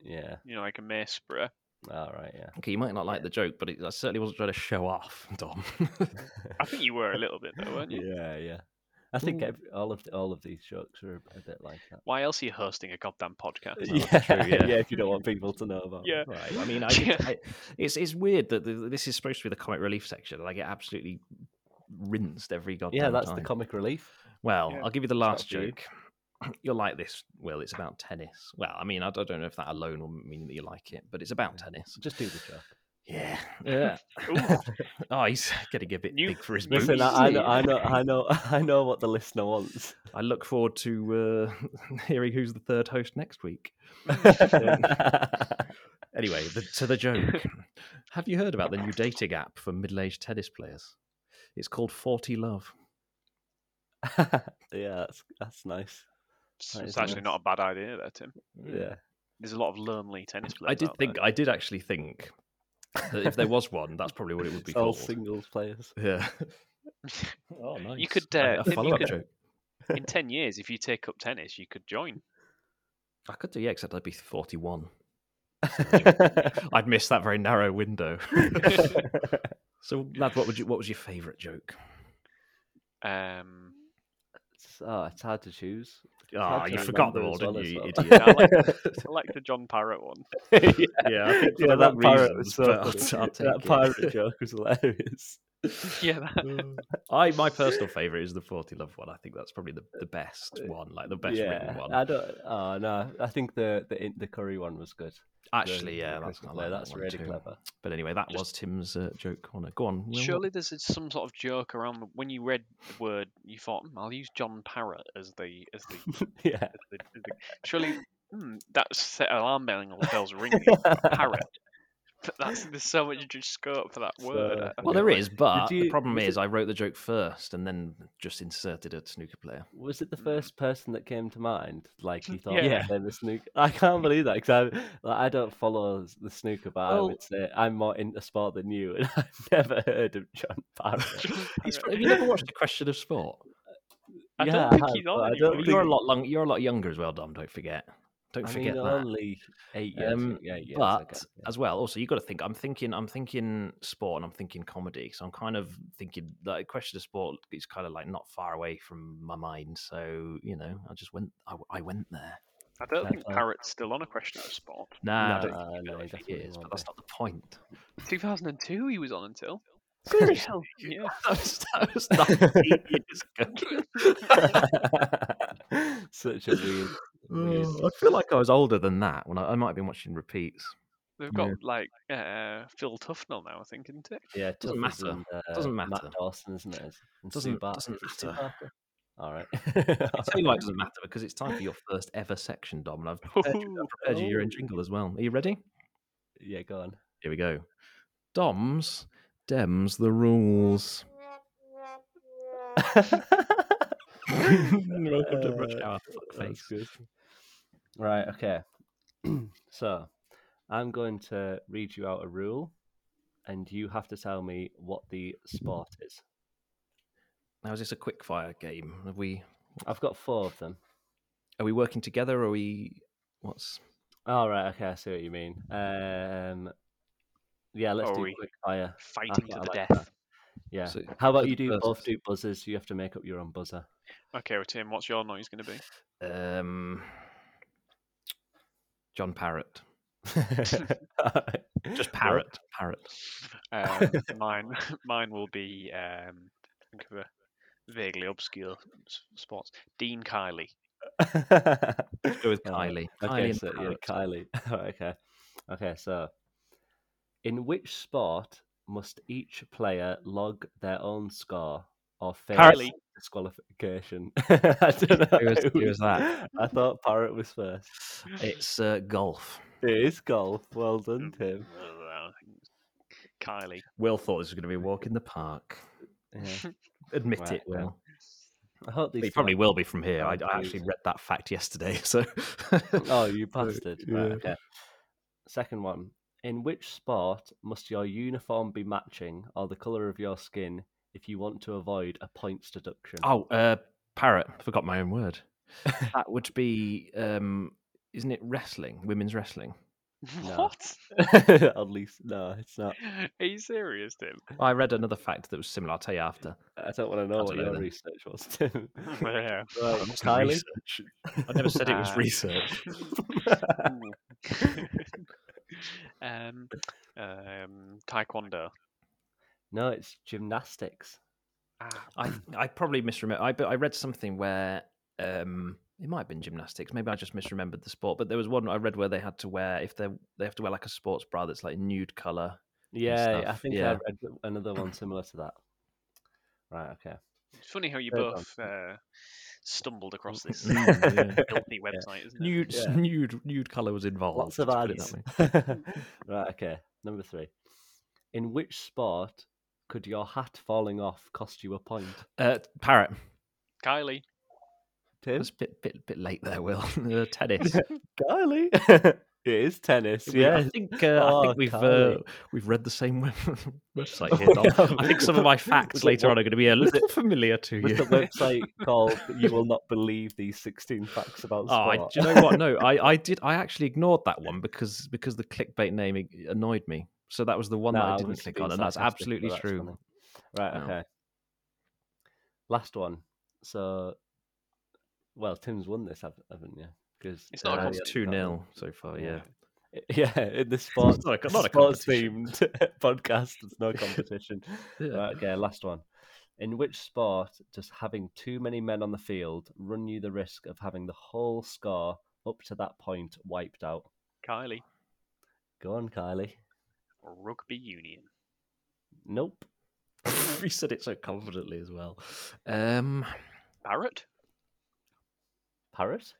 S2: Yeah.
S4: You know, like a mace spray.
S2: All right. Yeah.
S3: Okay, you might not like the joke, but it, I certainly wasn't trying to show off, Dom.
S4: I think you were a little bit though, weren't you?
S2: Yeah. Yeah. I think
S3: Ooh.
S2: ev- all of the, all of these jokes are a, a bit like that.
S4: Why else are you hosting a goddamn podcast?
S3: Well, that's true, yeah.
S2: If you don't want people to know about.
S4: Uh, Yeah.
S2: Them.
S3: right. I mean, I, did- I- it's it's weird that the, this is supposed to be the comic relief section, and I get absolutely rinsed every goddamn
S2: Yeah, that's the
S3: time.
S2: comic relief.
S3: Well,
S4: Yeah,
S3: I'll give you the
S2: up
S3: last
S2: to you.
S3: joke. You'll like this, Will. It's about tennis. Well, I mean, I don't I don't know if that alone will mean that you like it, but it's about tennis.
S2: Just do the joke.
S3: Yeah. Yeah.
S4: Ooh,
S3: oh, he's getting a bit
S4: New-
S3: big for his boots.
S2: Listen, I, I know, I know, I know, I know what the listener wants.
S3: I look forward to uh, hearing who's the third host next week. Anyway, the, to the joke. Have you heard about the new dating app for middle-aged tennis players? It's called Forty Love.
S2: yeah, that's that's nice.
S4: it's
S2: That
S4: it's
S2: is
S4: actually
S2: nice.
S4: not a bad idea there, Tim.
S2: Yeah.
S4: There's a lot of lonely tennis players.
S3: I did
S4: out there.
S3: think. I did actually think that if there was one, that's probably what it would be
S2: It's all
S3: called.
S2: singles players.
S3: Yeah. oh, nice.
S4: could,
S3: A-
S4: uh,
S3: a
S4: Tim, you
S3: follow-up
S4: could-
S3: joke.
S4: in 10 years, if you take up tennis, you could join.
S3: I could do, yeah, except I'd be 41. I'd miss that very narrow window. so, lad, what would you? What was your favourite joke?
S4: Um,
S2: It's, oh, it's hard to choose.
S3: Ah,
S2: hard to
S3: you forgot them all,
S2: remember
S3: didn't
S2: as
S3: you,
S2: well
S3: you idiot?
S4: I
S2: as
S4: like, I like the John Parrott one.
S3: yeah, I think for
S2: Yeah,
S3: the
S2: that
S3: wrong
S2: pirate was
S3: reasons,
S2: so
S3: but I'll- I'll
S2: funny.
S3: take
S2: that
S3: it.
S2: pirate joke was hilarious.
S4: Yeah, that,
S3: I my personal favourite is the forty love one. I think that's probably the, the best one, like the best
S2: Uh, yeah,
S3: written one.
S2: I don't. Oh no, I think the the the curry one was good.
S3: Actually,
S2: The-
S3: yeah,
S2: the
S3: that's,
S2: Christmas
S3: I
S2: play,
S3: like that
S2: that's
S3: one
S2: really
S3: too.
S2: clever.
S3: But anyway, that
S4: Just-
S3: was Tim's uh, joke corner. Go on. Will, what-
S4: surely there's some sort of joke around the- when you read the word, you thought, "Hmm, I'll use John Parrott as the as the
S2: yeah,
S4: as the, as the surely hmm, that set alarm belling all the bells ringing. Parrot. But that's there's so much just scope for that word.
S2: So-
S4: I- I
S3: Well,
S4: feel
S3: there
S4: like-
S3: is, but the
S2: you-
S3: problem
S2: was it-
S3: is I wrote the joke first and then just inserted a snooker player.
S2: Was it the first person that came to mind? Like you thought,
S4: Yeah.
S2: yeah, the snook. I can't believe that because I, like, I don't follow s- the snooker, but I
S3: Well-
S2: would say I'm more into sport than you, and I've never heard of John Parrott.
S4: John
S3: He's-
S4: Parrott.
S3: Have you never watched A Question of Sport?
S4: I don't
S2: yeah,
S4: think
S2: I
S4: he's
S2: have,
S4: on
S2: but I
S4: anymore.
S2: don't
S3: Well,
S2: think-
S3: You're a lot long. You're a lot younger as well, Dom. Don't forget. Don't
S2: I
S3: forget
S2: mean,
S3: that.
S2: only eight years.
S3: Um,
S2: yeah, eight years
S3: but
S2: ago, yeah.
S3: as well, also you got to think. I'm thinking. I'm thinking sport, and I'm thinking comedy. So I'm kind of thinking like question of sport is kind of like not far away from my mind. So you know, I just went. I, I went there.
S4: I don't
S2: That's
S4: think
S2: fine.
S4: Parrot's still on a question of sport.
S3: Nah,
S2: No,
S3: I don't think he
S2: uh, no, he
S3: is,
S2: definitely
S3: but
S2: won't
S3: that's
S2: be.
S3: not the point.
S4: 2002 he was on until. Hell, yeah.
S3: that was, that was 19 years ago.
S2: Such a weird. weird-
S3: Mm, I feel like I was older than that when I, I might have been watching repeats.
S4: They've got
S3: Yeah.
S4: like uh, Phil Tufnell now, I think, isn't it?
S2: Yeah, it Uh,
S3: Doesn't matter. Doesn't matter.
S2: Matt Dawson, isn't it? And
S3: Doesn't-
S2: Sue Barker.
S3: doesn't
S2: Is it Sue
S3: matter.
S2: Barker? All right.
S3: I tell you why it doesn't matter because it's time for your first ever section, Dom, and I've prepared you, I've prepared you your own
S2: Oh.
S3: jingle as well. Are you ready?
S2: yeah, go on.
S3: Here we go. Dom's Dems the rules. Welcome to Rush
S2: Uh,
S3: Hour.
S2: That's
S3: Fuckface.
S2: good. Right, okay. so I'm going to read you out a rule and you have to tell me what the sport is.
S3: Now is this a quick fire game? Are we
S2: I've got four of them.
S3: are we working together or are we what's
S2: All Oh, right, okay, I see what you mean. Um, yeah, let's
S4: Are
S2: do
S4: we-
S2: quick fire.
S4: Fighting to
S2: I
S4: the
S2: like
S4: death.
S2: that. Yeah.
S3: Oh, So,
S2: How
S3: for
S2: about
S3: the
S2: you do
S3: first-
S2: both do buzzers? You have to make up your own buzzer.
S4: Okay, well, Tim, what's your noise going to be?
S3: um John Parrott. Just Parrot. Parrot.
S4: Um, mine, mine will be um, think of a vaguely obscure s- sports. Dean Kiley.
S3: Go with
S2: All
S3: Kylie.
S2: right. Okay,
S3: Kylie and
S2: so yeah,
S3: Parrot.
S2: Kylie. All right, okay, okay. So, in which sport must each player log their own score or face
S4: Parrot.
S2: disqualification? I don't know.
S3: Who was- who was that?
S2: I thought Parrot was first.
S3: It's uh, golf.
S2: It is golf. Well done,
S4: Mm,
S2: Tim.
S4: well, I think it's Kiley.
S3: Will thought this was going to be a walk in the park.
S2: Yeah.
S3: Admit
S2: Right,
S3: it,
S2: well,
S3: Will.
S2: I hope these
S3: He probably
S2: stats-
S3: will be from here. I,
S2: I'll
S3: I
S2: do-
S3: actually read that fact yesterday, so.
S2: Oh, you bastard! Right,
S3: yeah.
S2: okay. Second one. In which sport must your uniform be matching or the colour of your skin if you want to avoid a points deduction?
S3: oh, uh, parrot. Forgot my own word. that would be, um, isn't it wrestling? Women's wrestling.
S2: No.
S4: What?
S2: At least, no, it's not.
S4: Are you serious, Tim?
S3: I read another fact that was similar. I'll tell you after.
S2: I don't want to know
S3: I
S2: what
S3: dunno
S2: your
S3: then.
S2: research was, Tim. right,
S4: Yeah.
S2: Kylie.
S3: I never said it was
S4: Uh,
S2: Ah.
S3: research.
S4: Ooh. um, um, taekwondo.
S2: No, it's gymnastics.
S4: Ah,
S3: I I probably misremember. I but I read something where um it might have been gymnastics. Maybe I just misremembered the sport. But there was one I read where they had to wear if they they have to wear like a sports bra that's like nude color.
S2: Yeah, I
S3: stuff,
S2: think I
S3: yeah.
S2: read another one similar to that. Right, okay.
S4: it's funny how you
S2: Third one.
S4: both uh, stumbled across this
S3: Mm,
S4: filthy website, isn't it?
S3: Nude
S2: Yeah.
S3: nude nude color was involved.
S2: Lots of
S3: let's put it
S2: eyes.
S3: that way.
S2: right, okay. Number three. In which sport could your hat falling off cost you a point?
S3: Uh, parrot.
S4: Kylie.
S2: Tim?
S3: That's a bit bit bit late there. Will uh, tennis.
S2: Kylie. It is tennis.
S3: We-
S2: Yeah.
S3: I think uh, I
S2: Oh,
S3: think we've uh,
S2: Kylie.
S3: we've read the same web- website here. Dom. I think some of my facts
S2: Was it
S3: later
S2: what-
S3: on are going to be a
S2: was
S3: little familiar to
S2: With
S3: you.
S2: the website called "You Will Not Believe These 16 Facts About
S3: Oh, I,
S2: Sport."
S3: do you know what? No, I, I did. I actually ignored that one because because the clickbait name ig- annoyed me. So that was the one that
S2: No,
S3: I
S2: I
S3: didn't
S2: was
S3: click
S2: being
S3: on, and that's
S2: sarcastic, but
S3: absolutely
S2: that's
S3: true.
S2: funny. Right.
S3: No.
S2: Okay. Last one. So, well, Tim's won this, hav- haven't you? Because
S4: It's not a
S3: Uh, it's
S4: competition.
S3: two 0 so far. Yeah,
S2: Yeah, in the sports,
S3: not a- not a
S2: sports
S3: competition.
S2: themed podcast, it's no competition.
S3: Yeah.
S2: Right, okay, last one. In which sport does having too many men on the field run you the risk of having the whole score up to that point wiped out?
S4: Kylie,
S2: Go on, Kylie.
S4: rugby union.
S2: Nope.
S3: he said it so confidently as well. Um,
S4: Barrett?
S2: Parrot.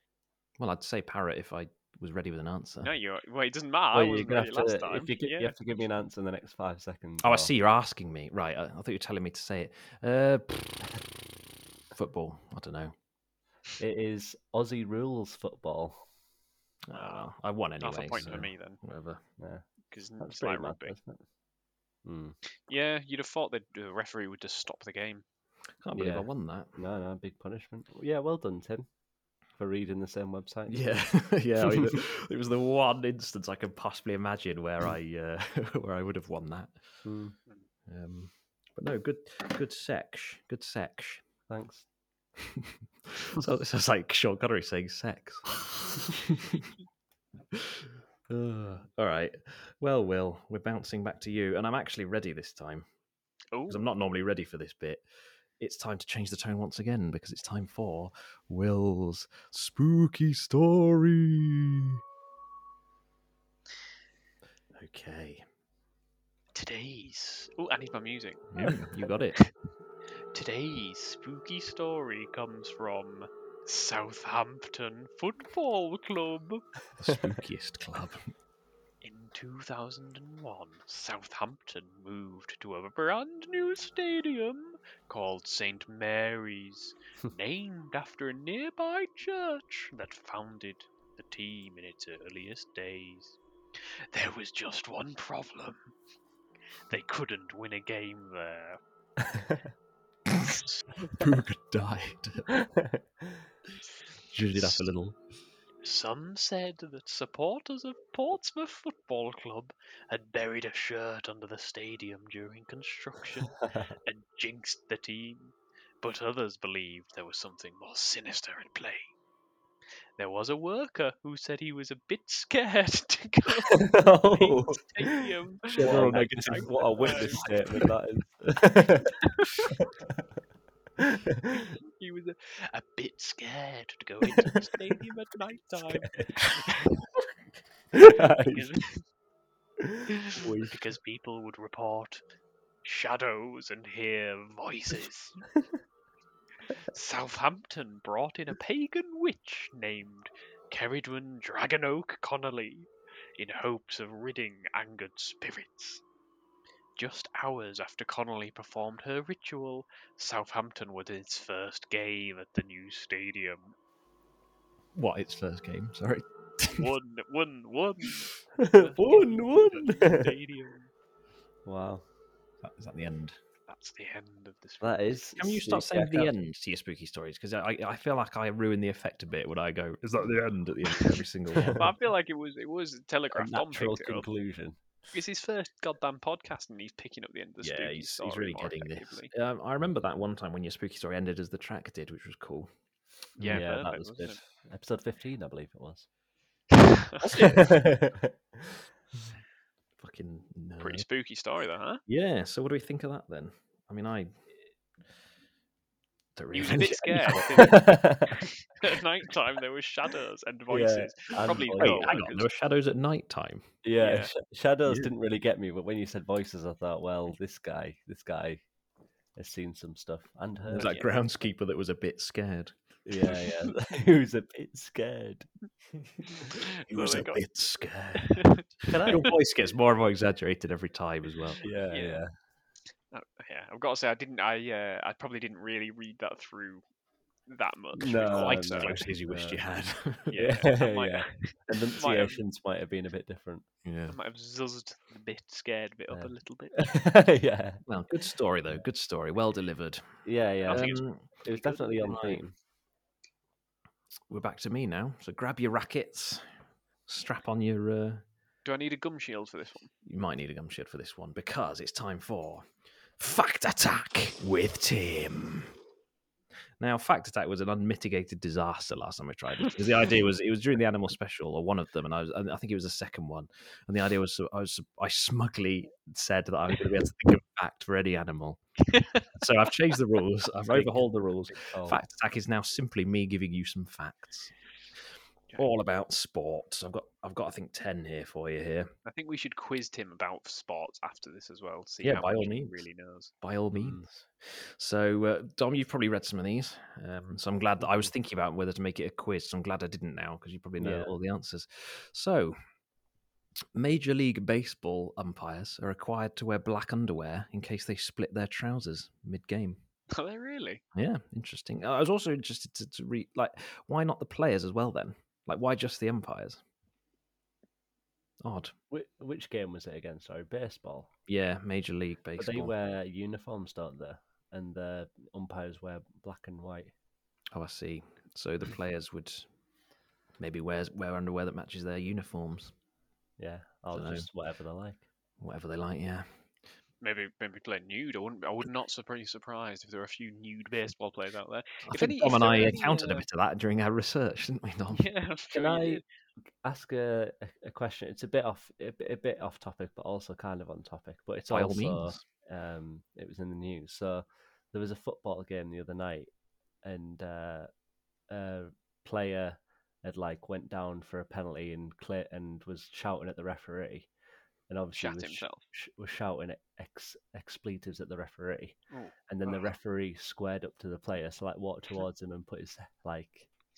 S3: well, I'd say parrot if I was ready with an answer.
S4: No, you're. Well, it doesn't matter.
S2: Well,
S4: I
S2: you're
S4: wasn't
S2: gonna
S4: ready
S2: have
S4: last
S2: to-
S4: time.
S2: If you, gi-
S4: yeah.
S2: you have to give me an answer in the next five seconds.
S3: Oh, I
S2: or-
S3: see. You're asking me, right? I, I thought you were telling me to say it. Uh, football. I don't know.
S2: It is Aussie rules football.
S3: Uh, I won anyway.
S4: Half a point for
S3: so
S4: me then,
S3: Whatever.
S2: Yeah,
S4: because
S2: that's
S4: it's
S2: pretty
S4: like
S2: mad,
S4: rugby.
S2: isn't it? Hmm.
S4: Yeah, you'd have thought that the referee would just stop the game.
S3: Can't believe
S2: Yeah.
S3: I won that.
S2: No, no, big punishment. Yeah, well done, Tim, for reading the same website.
S3: Yeah, yeah. I mean, the- it was the one instance I could possibly imagine where I uh, where I would have won that.
S2: Hmm,
S3: Um, but no, good, good sex, good sex.
S2: thanks.
S3: so this is like Sean Connery saying sex. Uh, all right. Well, Will, we're bouncing back to you, and I'm actually ready this time
S4: Oh,
S3: because I'm not normally ready for this bit. It's time to change the tone once again because it's time for Will's spooky story. Okay,
S4: today's. Oh, I need my music.
S3: Mm, you got it.
S4: Today's spooky story comes from Southampton Football Club.
S3: The spookiest club.
S4: In 2001, Southampton moved to a brand new stadium called St. Mary's, named after a nearby church that founded the team in its earliest days. There was just one problem they couldn't win a game there.
S3: Booga died. Judged it up a little.
S4: Some said that supporters of Portsmouth Football Club had buried a shirt under the stadium during construction and jinxed the team, but others believed there was something more sinister at play. There was a worker who said he was a bit scared to go
S2: no.
S4: to the stadium.
S2: General
S3: Well,
S2: negative.
S4: thank
S2: What a
S4: you.
S2: witness statement that is.
S4: He was a, a bit scared to go into the stadium at night time.
S2: Nice.
S4: because-
S2: Weak.
S4: because people would report shadows and hear voices. Southampton brought in a pagan witch named Keridwen Dragonoak Connolly in hopes of ridding angered spirits. Just hours after Connolly performed her ritual, Southampton was in its first game at the new stadium.
S3: What? Its first game. Sorry.
S4: One, one, one.
S2: one, one.
S4: Stadium.
S2: wow,
S3: That- Is that the end?
S4: That's the end of this.
S2: that is.
S3: Can you start
S2: sneaky.
S3: saying
S2: I
S3: the
S2: can't-
S3: end to your spooky stories? Because I, I feel like I ruin the effect a bit when I go, is that the end at the end of every single one?
S4: But I feel like it was it was
S2: A
S4: telegraphed on
S2: natural
S4: picked it up.
S2: conclusion.
S4: It's his first goddamn podcast, and he's picking up the end of the
S3: yeah,
S4: spooky
S3: he's,
S4: story
S3: he's really
S4: more
S3: getting this.
S4: effectively.
S3: Um, I remember that one time when your spooky story ended as the track did, which was cool.
S4: Yeah,
S2: that
S4: perfect,
S2: was good.
S4: wasn't
S2: Episode fifteen, I believe it was.
S3: Fucking nerd.
S4: Pretty spooky story, that, huh?
S3: Yeah. So what do we think of that then? I mean, I don't really.
S4: You was a bit
S3: think-
S4: scared. At night time, there were shadows and voices.
S2: and
S4: Probably
S2: voices.
S3: Wait,
S4: no,
S3: oh, hang on. There were shadows at night time.
S2: Yeah,
S4: Yeah.
S2: Sh- shadows
S3: Yeah.
S2: didn't really get me, but when you said voices, I thought, well, this guy, this guy has seen some stuff and
S3: There's
S2: heard.
S3: that
S4: yeah.
S3: groundskeeper that was a bit scared.
S2: Yeah, yeah. he was a bit scared.
S3: He
S4: So
S3: was
S4: they
S3: a
S4: got-
S3: bit scared.
S2: Can I?
S3: Your voice gets more and more exaggerated every time as well.
S2: Yeah,
S4: Yeah.
S2: yeah.
S4: Uh, yeah, I've got to say, I didn't. I uh, I probably didn't really read that through that much.
S2: No,
S4: quite
S2: no.
S4: so.
S3: as close as you wished you
S2: no.
S3: had.
S4: Yeah, I might,
S2: yeah. And the
S4: might have,
S2: pronunciations might have been a bit different.
S3: yeah.
S4: I might have zuzzed the bit, scared bit up
S2: Yeah.
S4: a little bit.
S2: yeah,
S3: Well, good story though. Good story. Well delivered.
S2: yeah, yeah.
S4: I think it's
S3: Um,
S2: it was
S4: good.
S2: definitely on
S3: Right.
S2: theme.
S3: we're back to me now. So grab your rackets, strap on your. Uh,
S4: Do I need a gum shield for this one?
S3: you might need a gum shield for this one because it's time for Fact Attack with Tim. Now, Fact Attack was an unmitigated disaster last time we tried it because the idea was it was during the animal special or one of them, and I was and I think it was the second one, and the idea was so I was I smugly said that I was going to be able to think of a fact for any animal. so I've changed the rules. I've
S2: Big-
S3: overhauled the rules.
S2: Oh,
S3: Fact Attack is now simply me giving you some facts, all about sports. I've got I've got I think ten here for you here.
S4: I think we should quiz Tim about sports after this as well. See
S3: Yeah,
S4: how
S3: by all
S4: much he
S3: means.
S4: really knows.
S3: by all means. So, uh, Dom, you've probably read some of these. Um, so I'm glad that I was thinking about whether to make it a quiz. So I'm glad I didn't now because you probably know
S2: Yeah.
S3: all the answers. So, Major League Baseball umpires are required to wear black underwear in case they split their trousers mid game.
S4: Are they Oh, really?
S3: Yeah, interesting. I was also interested to, to read, like, why not the players as well then? Like, why just the umpires? Odd.
S2: Which, which game was it again? Sorry, baseball.
S3: Yeah, Major League
S2: But
S3: Baseball.
S2: they wear uniforms, don't they? And the umpires wear black and white.
S3: Oh, I see. So the players would maybe wear wear underwear that matches their uniforms,
S2: Yeah, or
S3: Dunno.
S2: just whatever they like.
S3: whatever they like. Yeah.
S4: Maybe maybe play nude. I wouldn't. I would not be surprised if there were a few nude baseball players out there.
S3: I
S4: If
S3: think
S4: any-
S3: Dom
S4: if
S3: and
S4: there
S3: I
S4: are any,
S3: encountered a
S4: uh,
S3: bit of that during our research, didn't we, Dom?
S4: Yeah. I'm sure
S2: Can
S4: you
S2: I
S4: did.
S2: ask a, a- a question? It's a bit off a, bit- a bit off topic, but also kind of on topic. But it's
S3: By all
S4: uh,
S2: also
S3: means.
S2: um, it was in the news. So there was a football game the other night, and uh, a player had like went down for a penalty and clear, and was shouting at the referee, and obviously
S4: Shat
S2: was, sh-
S4: himself.
S2: sh- was shouting ex- expletives at the referee,
S4: Oh,
S2: and then the
S4: ugh.
S2: referee squared up to the player, so like walked towards him and put his like.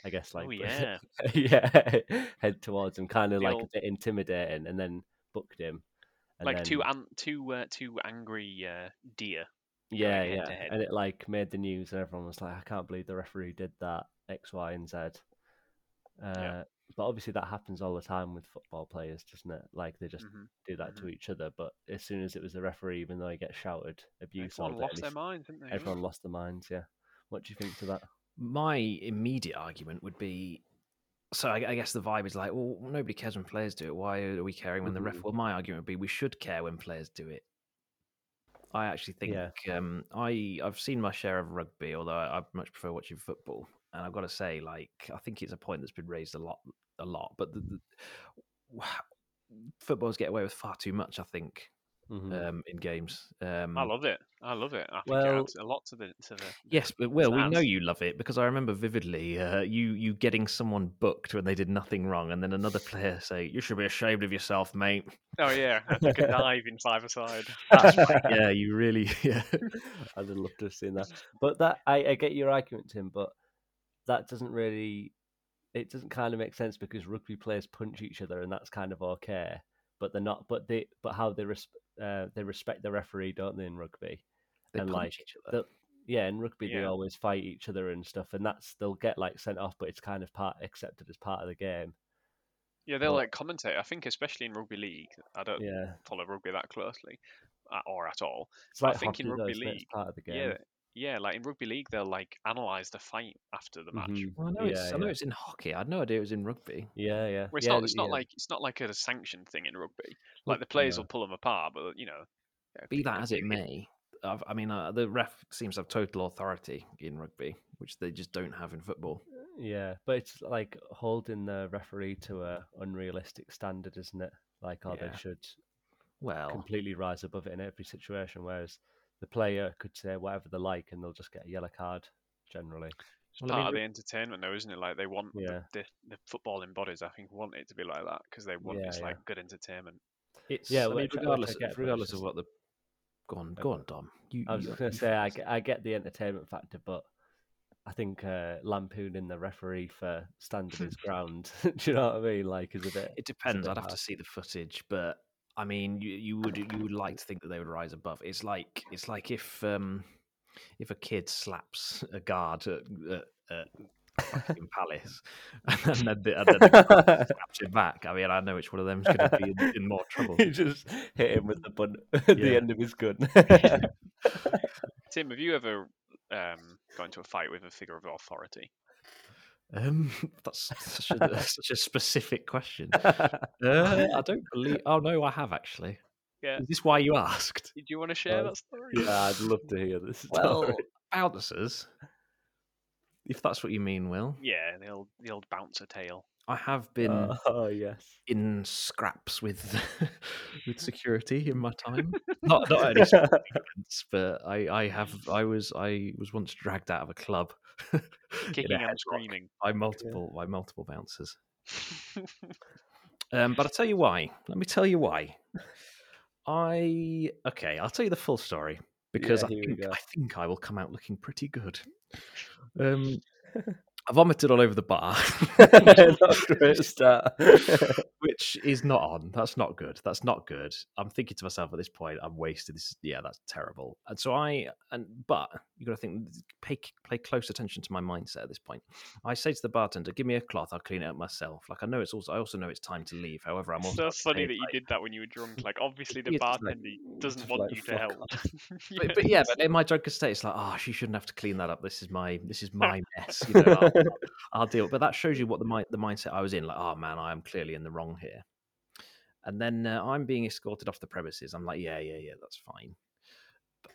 S2: I guess like
S4: oh yeah.
S2: yeah, head towards him, kind of
S4: The
S2: like
S4: old-
S2: a bit intimidating, and then booked him. And
S4: like
S2: then,
S4: two an- two uh, two angry uh, deer.
S2: yeah,
S4: head
S2: yeah,
S4: to head.
S2: and it like made the news, and everyone was like, "I can't believe the referee did that." X, Y, and Z. Uh, But obviously, that happens all the time with football players, doesn't it? Like they just
S4: Mhm.
S2: do that to each other. But as soon as it was the referee, even though he gets shouted abuse, all
S4: Everyone
S2: day, at
S4: lost their
S2: least
S4: minds, didn't they?
S2: everyone lost their minds. Yeah. What do you think to that?
S3: My immediate argument would be. So I, I guess the vibe is like, well, nobody cares when players do it. Why are we caring when the ref?
S2: Mhm.
S3: Well, my argument would be we should care when players do it. I actually think
S2: Yeah.
S3: um, I I've seen my share of rugby, although I, I much prefer watching football. And I've got to say, like, I think it's a point that's been raised a lot, a lot. But the, the, footballers get away with far too much, I think,
S2: Mhm.
S3: um, in games. Um,
S4: I love it. I love it. I think it
S2: Well-
S4: adds a lot to the to the.
S3: Yes, but Will, we know
S4: Zaz.
S3: you love it because I remember vividly uh, you you getting someone booked when they did nothing wrong, and then another player say, "You should be ashamed of yourself, mate."
S4: Oh yeah, I took a dive in five aside.
S3: That's right. yeah, you really. Yeah.
S2: I'd have loved to have seen that. But that I, I get your argument, Tim, but that doesn't really it doesn't kind of make sense because rugby players punch each other and that's kind of okay. But they're not but they but how they res, uh, they respect the referee, don't they, in rugby?
S3: They
S2: And,
S3: punch
S2: like,
S3: each other.
S2: Yeah, in rugby they
S4: Yeah.
S2: always fight each other and stuff and that's they'll get like sent off but it's kind of part accepted as part of the game.
S4: Yeah, they'll
S2: Well-
S4: like commentate. I think especially in rugby league. I don't
S2: Yeah.
S4: follow rugby that closely, uh, or at all.
S2: It's like
S4: think in
S2: hockey, though,
S4: rugby
S2: isn't it? It's
S4: league-
S2: part of the game.
S4: Yeah, yeah. Like in rugby league, they'll like analyze the fight after the match.
S2: Mhm.
S3: Well, I know it's
S2: yeah,
S3: I know
S2: yeah.
S3: it's in hockey. I had no idea it was in rugby.
S2: Yeah, yeah.
S4: Well, it's
S2: yeah,
S4: not. It's not
S2: yeah.
S4: like it's not like a sanctioned thing in rugby.
S2: Well,
S4: Like the players
S2: no.
S4: will pull them apart, but you know. yeah,
S3: Be
S4: if-
S3: that
S4: if
S3: as it
S4: you- if-
S3: may, I've, I mean, uh, the ref seems to have total authority in rugby, which they just don't have in football.
S2: Yeah, but it's like holding the referee to a unrealistic standard, isn't it? Like, oh,
S3: Yeah.
S2: they should
S3: Well,
S2: completely rise above it in every situation, whereas the player could say whatever they like and they'll just get a yellow card generally.
S4: It's
S3: Well, I
S4: part
S3: mean,
S4: of the entertainment, though, isn't it? Like they want
S2: Yeah.
S4: the, the, the footballing bodies. I think want it to be like that because they want
S2: Yeah,
S4: it's
S2: yeah.
S4: like good entertainment.
S3: it's
S2: Yeah,
S3: I
S2: well,
S3: mean,
S2: which I- which I
S3: regardless,
S2: get, but it's
S3: regardless of
S2: just-
S3: what the. Go on, go on, Dom. You,
S2: Uh, I was
S3: you-
S2: just
S3: you
S2: going to say, I
S3: first.
S2: get, I get the entertainment factor, but I think uh, lampooning the referee for standing his ground, do you know what I mean? Like, is a bit.
S3: It depends.
S2: bit
S3: I'd have to
S2: hard.
S3: see the footage, but I mean, you, you would you would like to think that they would rise above. It's like it's like if um, if a kid slaps a guard at, at, at fucking Palace and then, the, and then the guard slaps him back, I mean, I know which one of them's going to be in, in more trouble.
S2: he just hit him with the bun at the
S3: Yeah.
S2: end of his gun.
S4: Tim, have you ever um, got into a fight with a figure of authority?
S3: Um, that's such a, such a specific question. Uh, I don't believe. Oh no, I have actually.
S4: Yeah.
S3: Is this why you asked?
S4: Do you want to share
S2: Uh,
S4: that story?
S2: yeah, I'd love to hear this.
S3: Well,
S2: story.
S3: Balduses, if that's what you mean, Will.
S4: Yeah, the old the old bouncer tale.
S3: I have been
S2: oh yes.
S3: in scraps with with security in my time. not not at any specific events, but I, I have I was I was once dragged out of a club in a
S4: Kicking and
S3: headlock
S4: screaming.
S3: by multiple by multiple bouncers. Um, but I'll tell you why. Let me tell you why. I okay. I'll tell you the full story because
S2: Yeah,
S3: I,
S2: here we
S3: think,
S2: go.
S3: I think I will come out looking pretty good. Um, I vomited all over the bar,
S2: Not a great start.
S3: which is not on. That's not good. That's not good. I'm thinking to myself at this point, I'm wasted. This, is- yeah, that's terrible. And so I, and but you got to think, pay pay close attention to my mindset at this point. I say to the bartender, "Give me a cloth. I'll clean it up myself." Like I know it's also, I also know it's time to leave. However, I'm
S4: It's
S3: also
S4: so funny
S3: paid,
S4: that you
S3: like-
S4: did that when you were drunk. Like, obviously, the
S3: It's like,
S4: bartender doesn't
S2: just
S4: want
S2: like,
S4: you to
S2: "Fuck
S4: help.
S3: but, but yeah, but in my drunken state, it's like, oh, she shouldn't have to clean that up. This is my this is my mess. You know, I'll, I'll deal. But that shows you what the mi- the mindset I was in. Like, oh man, I am clearly in the wrong here. And then uh, I'm being escorted off the premises. I'm like, yeah, yeah, yeah, that's fine.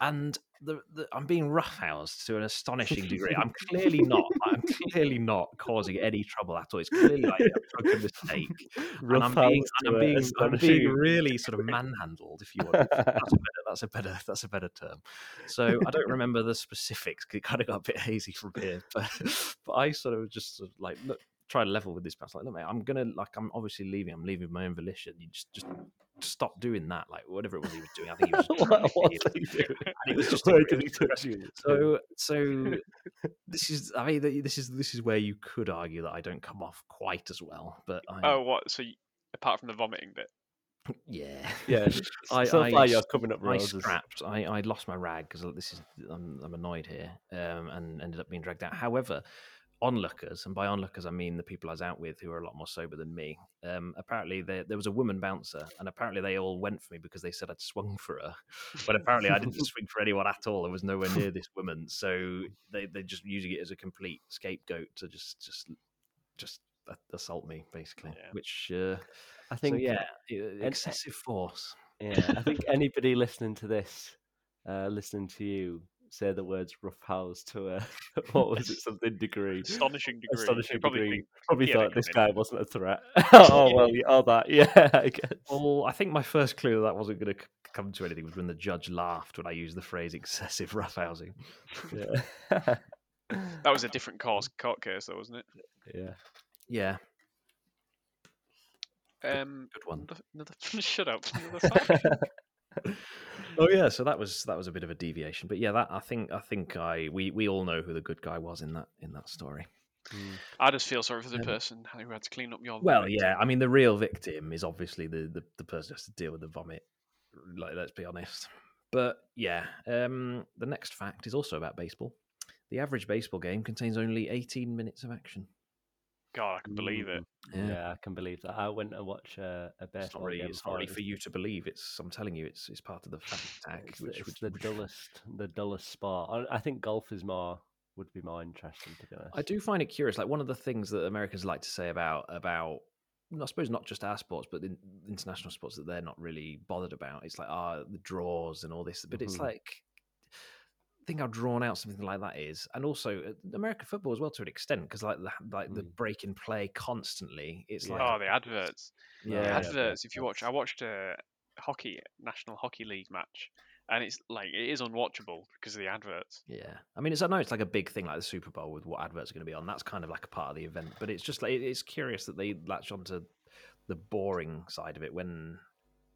S3: And the, the, I'm being roughhoused to an astonishing degree. I'm clearly not. I'm clearly not causing any trouble at all. It's clearly like a drunken mistake. And I'm being, and I'm being, I'm being really sort of manhandled, if you want. That's a better, that's a better, that's a better term. So I don't remember the specifics. 'cause It kind of got a bit hazy from here, but, but I sort of just sort of like look, try to level with this person. Like, look, mate, I'm gonna like, I'm obviously leaving. I'm leaving of my own volition. You just, just stop doing that. Like whatever it was he was doing. I think he was. Just
S2: What-
S3: trying to
S2: what
S3: hit
S2: are
S3: you.
S2: you doing?
S3: And it was just a
S2: Where
S3: really
S2: did he touch
S3: aggressive-
S2: you?
S3: so, so this is. I mean, th- this is this is where you could argue that I don't come off quite as well, but I,
S4: oh, what? So, you, apart from the vomiting bit,
S3: yeah,
S2: yeah,
S3: I-
S2: so
S3: I
S2: far
S3: s-
S2: you're coming up
S3: I
S2: roses.
S3: scrapped. I, I lost my rag because this is I'm, I'm annoyed here, um, and ended up being dragged out. However, onlookers, and by onlookers I mean the people I was out with who are a lot more sober than me. Um, apparently there there was a woman bouncer, and apparently they all went for me because they said I'd swung for her, but apparently I didn't swing for anyone at all. I was nowhere near this woman, so they they're just using it as a complete scapegoat to just just just assault me basically,
S4: Yeah.
S3: which. Uh,
S2: I
S3: so
S2: think
S3: yeah, e, excessive force.
S2: Yeah, I think anybody listening to this, uh, listening to you say the words roughhouse to a what was it, something degree.
S4: astonishing degree.
S2: Astonishing
S4: You probably
S2: degree.
S4: think,
S2: Probably
S4: yeah, they
S2: thought this
S4: come
S2: guy wasn't a threat. oh
S4: Yeah.
S2: well, yeah, all that. Yeah, I guess.
S3: Well, I think my first clue that wasn't going to come to anything was when the judge laughed when I used the phrase excessive roughhousing.
S2: Yeah.
S4: that was a different cause, court case, though, wasn't it?
S2: yeah.
S3: Yeah,
S4: Um,
S3: good one.
S4: another, another, shut up. Another side.
S3: Oh yeah, so that was that was a bit of a deviation, but yeah, that I think I think I we we all know who the good guy was in that in that story.
S4: I just feel sorry for the
S3: Um,
S4: person who had to clean up your.
S3: Well,
S4: vomit.
S3: yeah, I mean the real victim is obviously the the, the person who has to deal with the vomit. Like, let's be honest. But yeah, um, the next fact is also about baseball. The average baseball game contains only 18 minutes of action.
S4: God, I can believe it.
S2: yeah, I can believe that. I went and watched uh, a baseball
S3: Mm, it's not really,
S2: game.
S3: it's not really
S2: before.
S3: for you to believe. It's I'm telling you, it's it's part of the fact tag.
S2: It's, the-
S3: which,
S2: it's
S3: which,
S2: the
S3: which-
S2: dullest, the dullest sport. I, I think golf is more would be more interesting to be honest.
S3: I do find it curious. Like one of the things that Americans like to say about about I suppose not just our sports, but the international sports that they're not really bothered about. It's like ah the draws and all this, but it's
S2: Mhm.
S3: like think how drawn out something like that is, and also uh, American football as well to an extent because like the like the
S2: Mm.
S3: break in play constantly. It's
S2: Yeah.
S3: like
S4: Oh, the adverts.
S2: Yeah,
S4: the
S2: yeah,
S4: adverts. If you watch,
S2: adverts.
S4: I watched a hockey National Hockey League match, and it's like it is unwatchable because of the adverts.
S3: Yeah, I mean, it's I know it's like a big thing, like the Super Bowl, with what adverts are going to be on. That's kind of like a part of the event, but it's just like it- it's curious that they latch onto the boring side of it when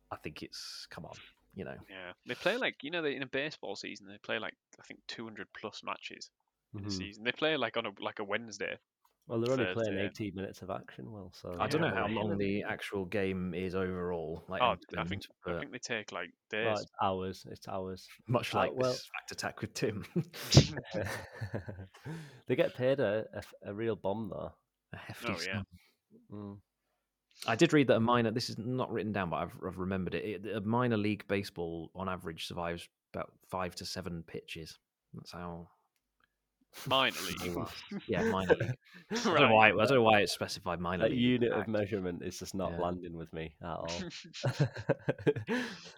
S3: I think it's come on, you know.
S4: Yeah, they play like you know they, in a baseball season they play like I think 200 plus matches in a
S2: Mhm.
S3: Mm-hmm.
S4: season. They play like on a like a Wednesday.
S2: Well, they're only
S4: Fair
S2: playing
S4: to-
S2: 18 minutes of action, Well, So
S3: I don't know
S4: Yeah,
S3: how
S4: well,
S3: long the actual game is overall. Like
S4: Oh,
S3: in
S4: I think
S3: Finland,
S4: I
S3: but
S4: think they take like
S2: Well,
S4: days.
S2: Oh, it's hours. It's hours.
S3: much
S2: uh,
S3: like
S2: well-
S3: this fact attack with Tim.
S2: they get paid a, a f- a real bomb though.
S3: a hefty
S4: Oh, yeah.
S3: sum.
S2: Mm.
S3: I did read that a minor. This is not written down, but I've, I've remembered it. it. A minor league baseball, on average, survives about five to seven pitches. That's how.
S4: Minor
S3: they
S4: league.
S3: last. yeah, minor league. I don't know
S4: Right.
S3: why. I don't know why it's specified minor
S2: That
S3: league.
S2: unit of
S3: Act.
S2: measurement is just not
S3: Yeah.
S2: landing with me at all.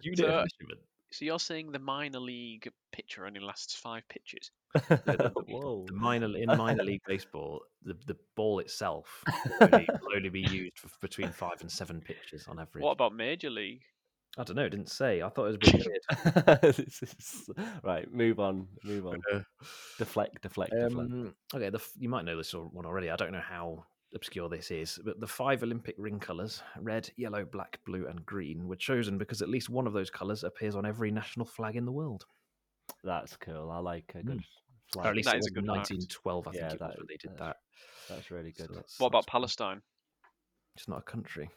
S3: Unit
S4: So-
S3: of measurement.
S4: So you're saying the minor league pitcher only lasts five pitches?
S2: Whoa.
S3: The minor in minor league baseball, the, the ball itself will only, will only be used for between five and seven pitches on average.
S4: What about major league?
S3: I don't know. It didn't say. I thought it was a bit weird.
S2: This is- right, move on, move on. Deflect, deflect, deflect.
S3: Um, okay, the, f- you might know this al- one already. I don't know how obscure this is, but the five Olympic ring colours red, yellow, black, blue, and green were chosen because at least one of those colours appears on every national flag in the world.
S2: That's cool. I like a
S4: mm,
S2: good flag.
S3: Or at least
S4: That
S3: it
S4: is
S3: was
S4: a good fact.
S3: 1912, I think
S2: Yeah,
S3: it was
S2: that-
S3: when they did that.
S2: that's- that's really
S3: So
S2: good.
S3: that's-
S4: What about
S3: that's-
S4: Palestine?
S3: It's not a country.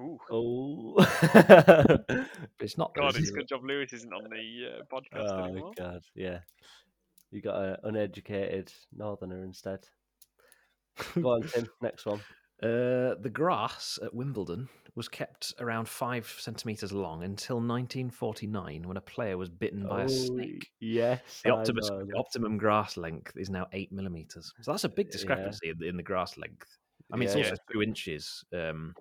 S4: Ooh.
S2: Oh,
S3: It's not.
S4: God,
S3: it's
S4: it's a
S3: Europe.
S4: good job Lewis isn't on the uh, podcast
S2: oh
S4: anymore.
S2: god, yeah. You got an uneducated northerner instead. Go on, Tim. Next one.
S3: Uh, the grass at Wimbledon was kept around five centimetres long until 1949 when a player was bitten
S4: Oh,
S3: by a snake.
S2: Yes.
S3: The,
S2: I
S3: optimus,
S2: know
S3: the
S2: that.
S3: optimum grass length is now eight millimeters. So that's a big
S4: Uh,
S2: Yeah.
S3: discrepancy in, the- in the grass length. I mean,
S2: Yeah.
S3: it's also two inches. Um,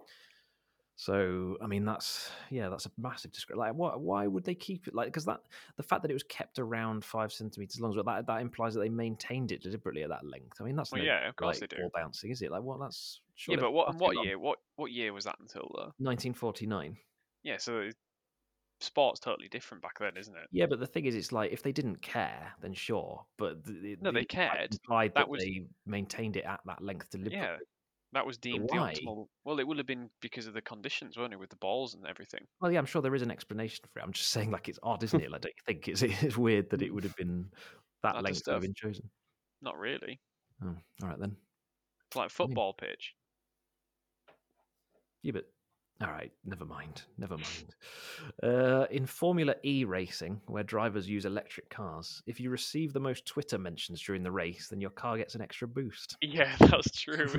S3: so I mean, that's yeah, that's a massive discrepancy. Like, why, why would they keep it like? Because that the fact that it was kept around five centimeters long, so that that implies that they maintained it deliberately at that length. I mean, that's
S4: Well,
S3: no
S4: yeah, of course
S3: like
S4: they do.
S3: ball bouncing, is it? Like, what? That's
S4: Yeah,
S3: surely
S4: but what?
S3: far
S4: And
S3: too
S4: what
S3: long.
S4: year? What what year was that until though?
S3: 1949.
S4: Yeah, so it- sport's totally different back then, isn't it?
S3: Yeah, but the thing is, it's like if they didn't care, then sure. But th- th-
S4: No, they
S3: the fact
S4: cared.
S3: Implied
S4: That
S3: that,
S4: was-
S3: they maintained it at that length deliberately.
S4: Yeah, that was deemed the
S3: why?
S4: optimal. Well, it would have been because of the conditions, weren't it, with the balls and everything?
S3: Well, yeah, I'm sure there is an explanation for it. I'm just saying, like, it's odd, isn't it? Like, don't you think it's, it's weird
S4: Mm.
S3: that it would have been that
S4: That
S3: length
S4: just
S3: that
S4: does-
S3: have been chosen?
S4: Not really.
S3: Oh, all right then.
S4: It's like a football pitch.
S3: Yeah, but all right, never mind, never mind. Uh, in Formula E racing, where drivers use electric cars, if you receive the most Twitter mentions during the race, then your car gets an extra boost.
S4: Yeah, that's true. It's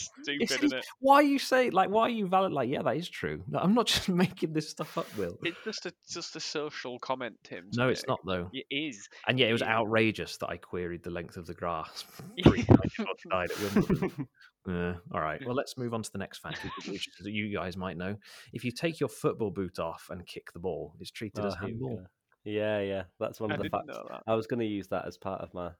S4: stupid,
S3: It's-
S4: isn't it?
S3: Why are you say like? Why are you valid? Like, yeah, that is true. No, I'm not just making this stuff up, Will.
S4: It's just a just a social comment, Tim.
S3: No, it's
S4: okay?
S3: not though.
S4: It is.
S3: And yeah, it was
S4: Yeah.
S3: outrageous that I queried the length of the grass.
S4: Yeah.
S3: Three times shot died at Wimbledon. Yeah. All right. Well, let's move on to the next fact, which- which is that you guys might know. If you take your football boot off and kick the ball, it's treated
S2: Oh,
S3: as
S2: here we
S3: Uh, handball.
S2: go. Yeah, yeah. That's one
S4: I
S2: of the
S4: didn't
S2: facts.
S4: know that.
S2: I was going to use that as part of my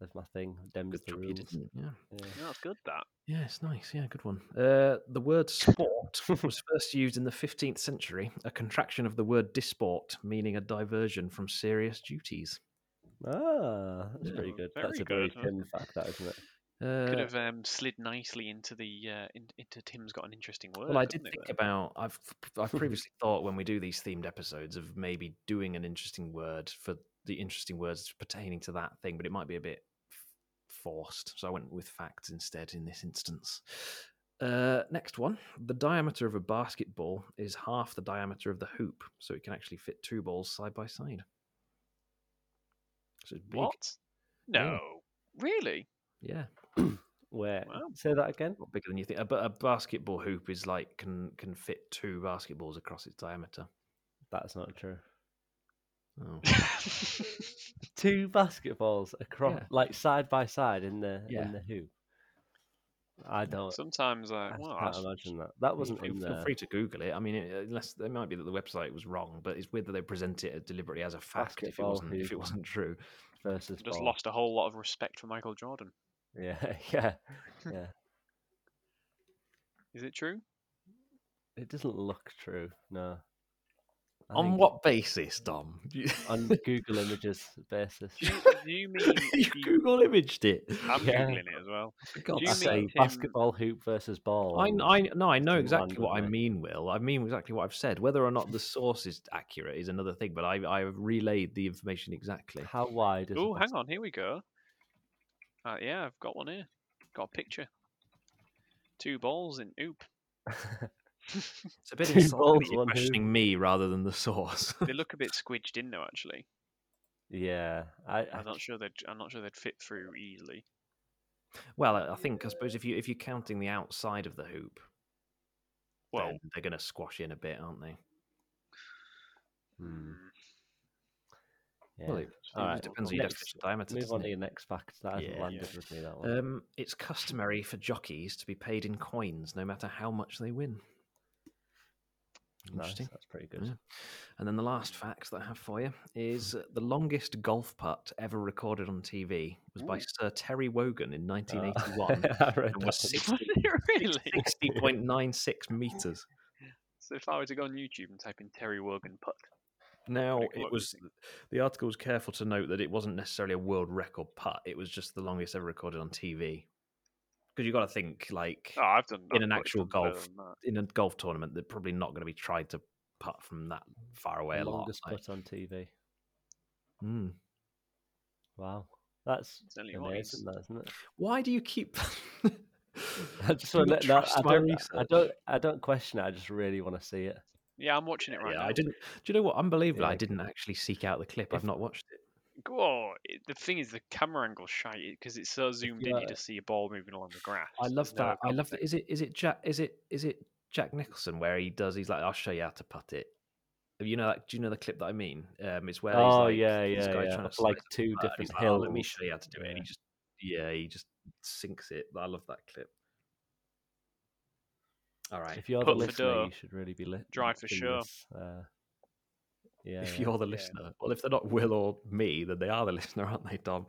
S2: of my thing. Dem's
S3: Good
S2: the
S3: job you
S2: rules.
S3: didn't. Yeah.
S2: Yeah.
S4: No, it's good that.
S3: yeah, it's nice. Yeah, good one. Uh, the word sport was first used in the 15th century, a contraction of the word disport, meaning a diversion from serious duties.
S2: Ah, that's
S3: Yeah,
S2: pretty
S4: well,
S2: good. That's
S4: very
S2: a very
S4: good, huh?
S2: thin fact, that isn't it?
S3: Uh,
S4: Could have um, slid nicely into the uh, in, into Tim's got an interesting word.
S3: Well, I did
S4: couldn't it,
S3: think
S4: there?
S3: about I've I've previously thought when we do these themed episodes of maybe doing an interesting word for the interesting words pertaining to that thing, but it might be a bit f- forced. So I went with facts instead in this instance. Uh, next one: the diameter of a basketball is half the diameter of the hoop, so it can actually fit two balls side by side. So it's big.
S4: what? No, really?
S3: Yeah,
S2: Where?
S4: Wow.
S2: Say that again.
S3: a lot bigger than you think. A, ba- a basketball hoop is like can can fit two basketballs across its diameter.
S2: That's not true.
S3: Oh.
S2: Two basketballs across,
S3: Yeah.
S2: like side by side in the
S3: Yeah.
S2: in the hoop. I don't.
S4: Sometimes I,
S2: I
S4: well,
S2: can't
S4: that's-
S2: imagine that. That wasn't
S3: feel,
S2: in
S3: feel
S2: there.
S3: free to Google it. I mean, it, unless it might be that the website was wrong, but it's weird that they present it deliberately as a fact if it
S2: Basketball
S3: wasn't if
S2: hoop.
S3: it wasn't true.
S2: Versus
S4: just
S2: ball.
S4: lost a whole lot of respect for Michael Jordan.
S2: Yeah, yeah, yeah.
S4: Is it true?
S2: It doesn't look true. No. I
S3: On
S2: think
S3: what basis, Dom? You,
S2: On Google Images basis.
S4: Do you, do you mean
S3: you
S4: if you-
S3: Google imaged it.
S4: I'm
S2: Yeah.
S4: googling it as well.
S3: For God's
S4: you mean
S3: sake.
S4: Tim-
S2: basketball hoop versus ball.
S3: I,
S2: and-
S3: I no, I know
S2: Tim
S3: exactly what I
S2: Rand,
S3: mean, Will. I mean exactly what I've said. Whether or not the source is accurate is another thing, but I I have relayed the information exactly.
S2: How wide is? a
S4: Oh, hang
S2: basket-
S4: on, here we go. Uh, yeah, I've got one here. Got a picture. Two balls in oop.
S3: It's a bit
S2: Two
S3: insulting
S2: balls,
S3: that you're
S2: one hoop.
S3: questioning me rather than the source.
S4: They look a bit squidged in though, actually.
S2: yeah, I, I
S4: I'm not sure they'd. I'm not sure they'd fit through easily.
S3: well, I I think I suppose if you if you're counting the outside of the hoop,
S4: Well,
S3: then they're going to squash in a bit, aren't they?
S2: hmm,
S4: mm,
S2: yeah.
S3: Well, it,
S2: All
S3: it
S2: right,
S3: depends on
S2: well,
S3: your
S2: next-
S3: definition of diameter.
S2: Move
S3: doesn't
S2: on to
S3: it?
S2: your next fact. That hasn't
S3: Yeah.
S2: landed with me that one.
S3: Um, it's customary for jockeys to be paid in coins, no matter how much they win.
S2: nice,
S3: Interesting.
S2: that's pretty
S3: Yeah.
S2: good.
S3: And then the last fact that I have for you is uh, the longest golf putt ever recorded on TV was by
S4: Ooh.
S3: Sir Terry Wogan in
S2: Uh,
S3: 1981
S2: I read
S3: and was
S2: that one.
S3: 60
S4: really?
S3: 60.96 meters.
S4: So if I were to go on YouTube and type in Terry Wogan putt,
S3: Now,
S4: Pretty cool,
S3: it was the article was careful to note that it wasn't necessarily a world record putt; it was just the longest ever recorded on TV. Because you got to think, like
S4: oh, I've done
S3: In
S4: I've
S3: an
S4: putted
S3: actual
S4: done better
S3: golf.
S4: than that.
S3: in a golf tournament, they're probably not going to be tried to putt from that far away a lot.
S2: Longest
S3: like,
S2: putt on TV.
S3: mm.
S2: Wow, that's
S4: Tell you what,
S2: amazing,
S4: he's-
S2: that, isn't it?
S3: Why do you keep?
S2: I just
S3: Do
S2: want
S3: you
S2: to, no, I
S3: trust my
S2: don't, I
S3: research?
S2: don't, I don't question it. I just really want to see it.
S4: Yeah, I'm watching it right
S3: yeah,
S4: now.
S3: I didn't. Do you know what? Unbelievable!
S2: Yeah,
S3: I didn't actually seek out the clip.
S2: If-
S3: I've not watched it.
S4: Go- Oh, it, the thing is, the camera angle shite because it's so zoomed in,
S2: are-
S4: you just see a ball moving along the grass.
S3: uh, I
S4: There's
S3: love
S4: no
S2: uh,
S3: that. I love
S4: context.
S3: that. Is it? Is it Jack? Is it? Is it Jack Nicholson where he does? He's like, I'll show you how to putt it. You know, like, do you know the clip that I mean? Um, it's where
S2: oh
S3: he's like,
S2: yeah,
S3: this
S2: yeah,
S3: guy
S2: yeah.
S3: trying
S2: Up,
S3: to
S2: Like
S3: slice a
S2: two
S3: putt, and he's
S2: different
S3: like, "Oh,
S2: hills.
S3: let me show you how to do it. And he
S2: Yeah.
S3: just, yeah, he just sinks it. I love that clip. All right.
S2: If you're the
S4: Putt for
S2: listener,
S4: dough.
S2: you should really be lit.
S4: Drive for
S2: in
S4: sure.
S2: this, Uh, yeah.
S3: if
S2: yeah.
S3: you're the listener, well, if they're not Will or me, then they are the listener, aren't they, Dom?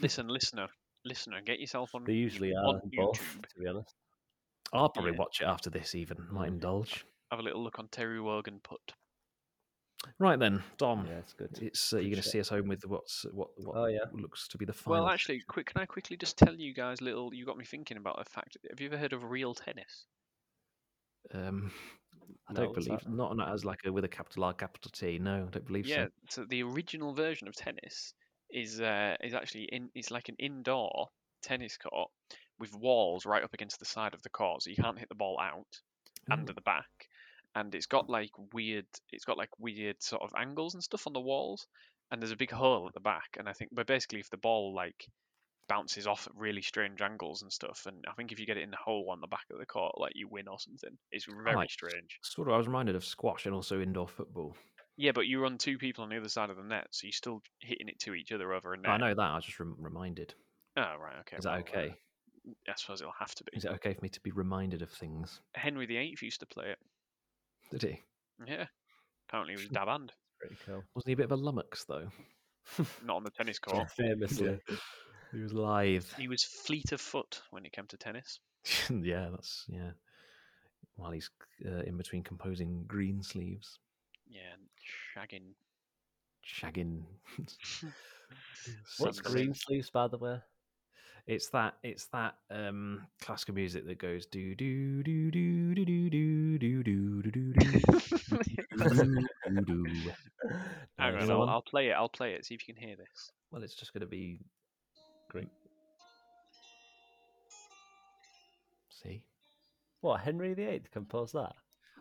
S4: Listen, listener, listener, get yourself on.
S2: They usually
S4: on
S2: are both,
S4: YouTube.
S2: to be honest.
S3: I'll probably
S4: Yeah.
S3: watch it after this. Even might
S2: Mm.
S3: indulge.
S4: Have a little look on Terry Wogan putt.
S3: Right then, Dom.
S2: Yeah, it's good.
S3: It's uh, you're going to
S2: shit.
S3: see us home with what's what what
S2: Oh, yeah.
S3: looks to be the final.
S4: Well, actually, quick, can I quickly just tell you guys a little? You got me thinking about a fact. Have you ever heard of real tennis?
S3: um, I
S2: No,
S3: don't
S2: what's
S3: believe
S2: that?
S3: not not as like a with a capital R capital T. No, I don't believe
S4: Yeah.
S3: so.
S4: So the original version of tennis is uh, is actually in. It's like an indoor tennis court with walls right up against the side of the court, so you can't hit the ball out
S3: Oh.
S4: under the back, and it's got like weird. It's got like weird sort of angles and stuff on the walls, and there's a big hole at the back. And I think, but basically, if the ball like bounces off at really strange angles and stuff, and I think if you get it in the hole on the back of the court, like you win or something. It's very
S3: like-
S4: strange.
S3: Sort of. I was reminded of squash and also indoor football.
S4: Yeah, but you run two people on the other side of the net, so you're still hitting it to each other over a net.
S3: Oh, I know that. I was just rem- reminded.
S4: Oh, right. Okay.
S3: Is that
S4: well, uh,
S3: okay?
S4: I suppose it'll have to be.
S3: Is it okay for me to be reminded of things?
S4: Henry VIII used to play it.
S3: Did he?
S4: Yeah. Apparently, he was daband,
S2: Pretty cool.
S3: Wasn't he a bit of a lummox though?
S4: not on the tennis court.
S2: Famously.
S3: He was lithe.
S4: He was fleet of foot when it came to tennis.
S3: yeah, that's yeah. While he's uh, in between composing green sleeves,
S4: Yeah, and shagging.
S3: shagging.
S2: What's
S4: Sunset.
S3: sexy.
S2: green sleeves, by the way?
S3: It's that it's that um classical music that goes do do do do do do do do do do do do do do.
S4: Hang
S3: Nice.
S4: on,
S3: Go
S4: I'll, I'll play it. I'll play it. See if you can hear this.
S3: Well, it's just going to be great. See
S2: What Henry VIII composed that?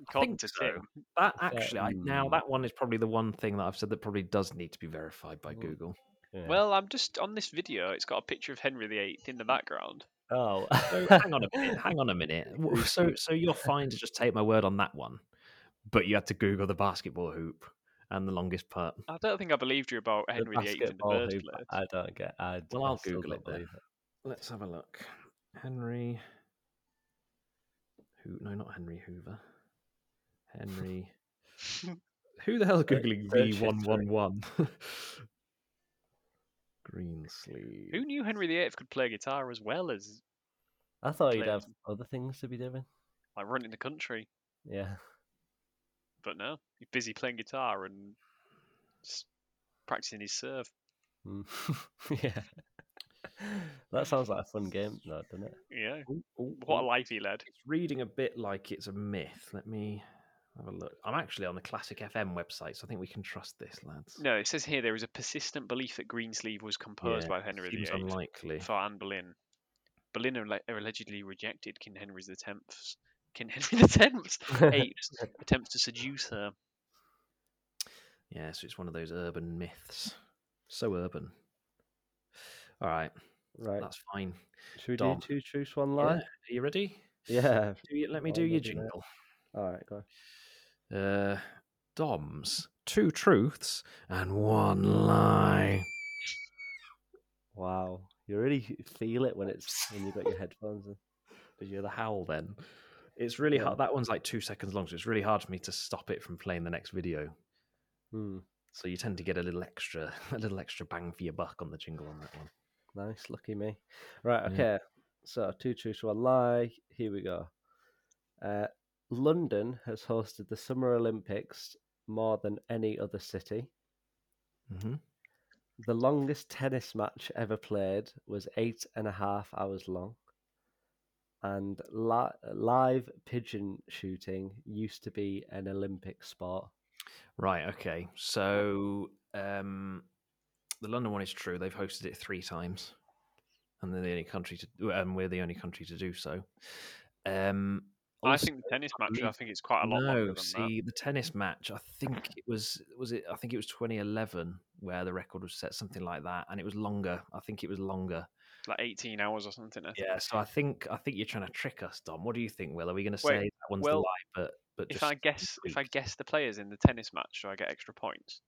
S4: According
S3: think
S4: to
S3: so.
S4: Tim,
S3: that
S2: that-
S3: actually I, now
S2: Hmm.
S3: that one is probably the one thing that I've said that probably does need to be verified by
S2: Hmm.
S3: Google.
S2: Yeah.
S4: well, I'm just on this video. It's got a picture of Henry VIII in the background.
S2: oh,
S3: So hang on a minute. Hang on a minute. W- So so you're fine to just take my word on that one, but you had to Google the basketball hoop and the longest putt.
S4: I don't think I believed you about
S2: The
S4: Henry VIII in the
S2: basketball
S4: first
S2: hoop,
S4: place.
S2: I don't get. I,
S3: Well,
S2: I
S3: I'll
S2: still
S3: Google
S2: don't
S3: it then.
S2: believe
S3: Let's have a look. Henry. Who? No, not Henry Hoover. Henry. Who the hell is
S2: Right,
S3: googling
S2: search
S3: V one one one? Green sleeve.
S4: Who knew Henry VIII could play guitar as well as
S2: I thought you'd
S4: Claim.
S2: have other things to be doing.
S4: like running the country?
S2: Yeah.
S4: But no, he's busy playing guitar and s- practicing his serve.
S2: Mm. yeah. That sounds like a fun game, though, doesn't it?
S4: Yeah,
S3: Ooh, ooh,
S4: what a
S3: ooh.
S4: life he led.
S3: It's reading a bit like it's a myth. Let me Have a look. I'm actually on the Classic FM website, so I think we can trust this, lads.
S4: No, it says here there is a persistent belief that Greensleeve was composed by Henry
S3: seems
S4: VIII
S3: unlikely.
S4: for Anne Boleyn. Boleyn alle- allegedly rejected King Henry the Tenth's King Henry the Tenth's eighth attempts to seduce her.
S3: Yeah, so it's one of those urban myths. So urban. All right,
S2: Right.
S3: that's fine.
S2: Should we
S3: Dom.
S2: do two truths, one
S3: Yeah,
S2: lie?
S3: Are you ready?
S2: Yeah.
S3: Do you, let me
S2: Why
S3: do your
S2: not, yeah.
S3: jingle.
S2: All right. Go. on.
S3: Uh, Dom's two truths and one lie.
S2: Wow. You really feel it when it's when you've got your headphones in.
S3: Did you hear the howl then? It's really
S2: Yeah.
S3: hard. That one's like two seconds long, so it's really hard for me to stop it from playing the next video.
S2: Hmm.
S3: So you tend to get a little extra, a little extra bang for your buck on the jingle on that one.
S2: Nice. Lucky me. Right.
S3: Yeah.
S2: Okay. So two truths, one lie. Here we go. Uh, London has hosted the Summer Olympics more than any other city.
S3: Mm-hmm.
S2: The longest tennis match ever played was eight and a half hours long. And li- live pigeon shooting used to be an Olympic sport.
S3: Right. Okay. So um, the London one is true. They've hosted it three times, and they're the only country to, and we're the only country to do so. Um,
S4: I
S3: also-
S4: think the tennis match. I
S3: believe-
S4: think it's quite a lot longer
S3: No,
S4: than
S3: see the tennis match. I think it was was it. I think it was 2011 where the record was set, something like that, and it was longer. I think it was longer.
S4: that. Like 18 hours or something. I think.
S3: Yeah. So I think I think you're trying to trick us, Dom. What do you think, Will? Are we going to say
S4: Wait,
S3: that one's the
S4: well,
S3: lie? But but
S4: If
S3: just
S4: I guess, if I
S3: tweaked?
S4: guess the players in the tennis match, do I get extra points?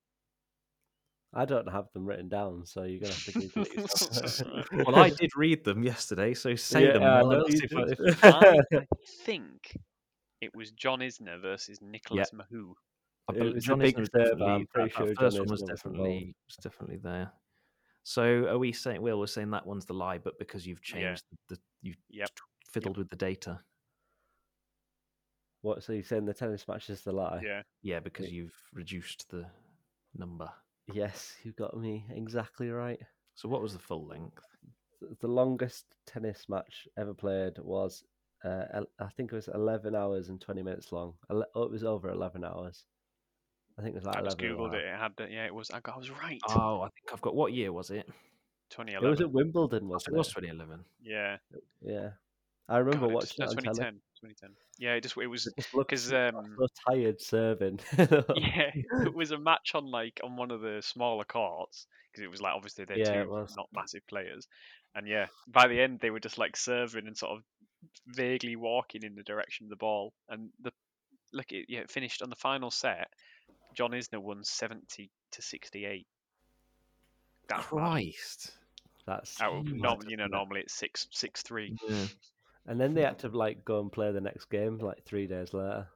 S2: I don't have them written down, so you're going to have to Google it yourself.
S3: well, I did read them yesterday, so say
S2: Yeah,
S3: them.
S2: I
S3: Will,
S2: know
S3: and I'll
S2: you
S3: see if I-
S2: did.
S3: if-
S4: I, I think it was John Isner versus Nicholas Mahou.
S3: I
S2: It
S3: bel-
S2: was a
S3: John
S2: big
S3: Isner was
S2: server,
S3: definitely-
S2: I'm pretty
S3: that- that
S2: sure John
S3: first one was
S2: Isner was involved.
S3: definitely was definitely there. So are we saying, Will, we're saying that one's the lie, but because you've
S4: Yeah.
S3: changed, the, you've
S4: Yep.
S3: fiddled with the data.
S2: What? So you're saying the tennis match is the lie?
S4: Yeah,
S3: Yeah, because
S2: Yeah.
S3: you've reduced the number.
S2: Yes, you got me exactly right.
S3: So what was the full length?
S2: Th- The longest tennis match ever played was, uh, el- I think it was 11 hours and 20 minutes long. Ele- Oh, it was over 11 hours. I think it was like
S4: I just
S2: 11 and a
S4: googled
S2: half.
S4: it. It had the, yeah, it was. I, got, I was right.
S3: Oh, I think I've got. What year was it?
S2: It
S4: 2011.
S2: was at Wimbledon,
S3: It
S2: wasn't it?
S3: was 2011.
S4: yeah,
S2: Yeah. I remember
S4: God, it just- no,
S2: watching it on
S4: 2010.
S2: telly.
S4: 2010. Yeah, it just it was
S2: It just looked
S4: because
S2: so
S4: um,
S2: tired serving.
S4: yeah, it was a match on like on one of the smaller courts because it was like obviously they're
S2: Yeah, it
S4: two
S2: was.
S4: not massive players, and yeah, by the end they were just like serving and sort of vaguely walking in the direction of the ball, and the look, it, yeah, it finished on the final set. John Isner won seventy to sixty-eight. That's mad.
S3: Christ.
S2: That's
S4: Out of
S2: huge.
S4: norm, you know
S3: isn't it?
S4: normally it's six six three.
S3: Yeah.
S2: And then they had to like go and play the next game like three days later.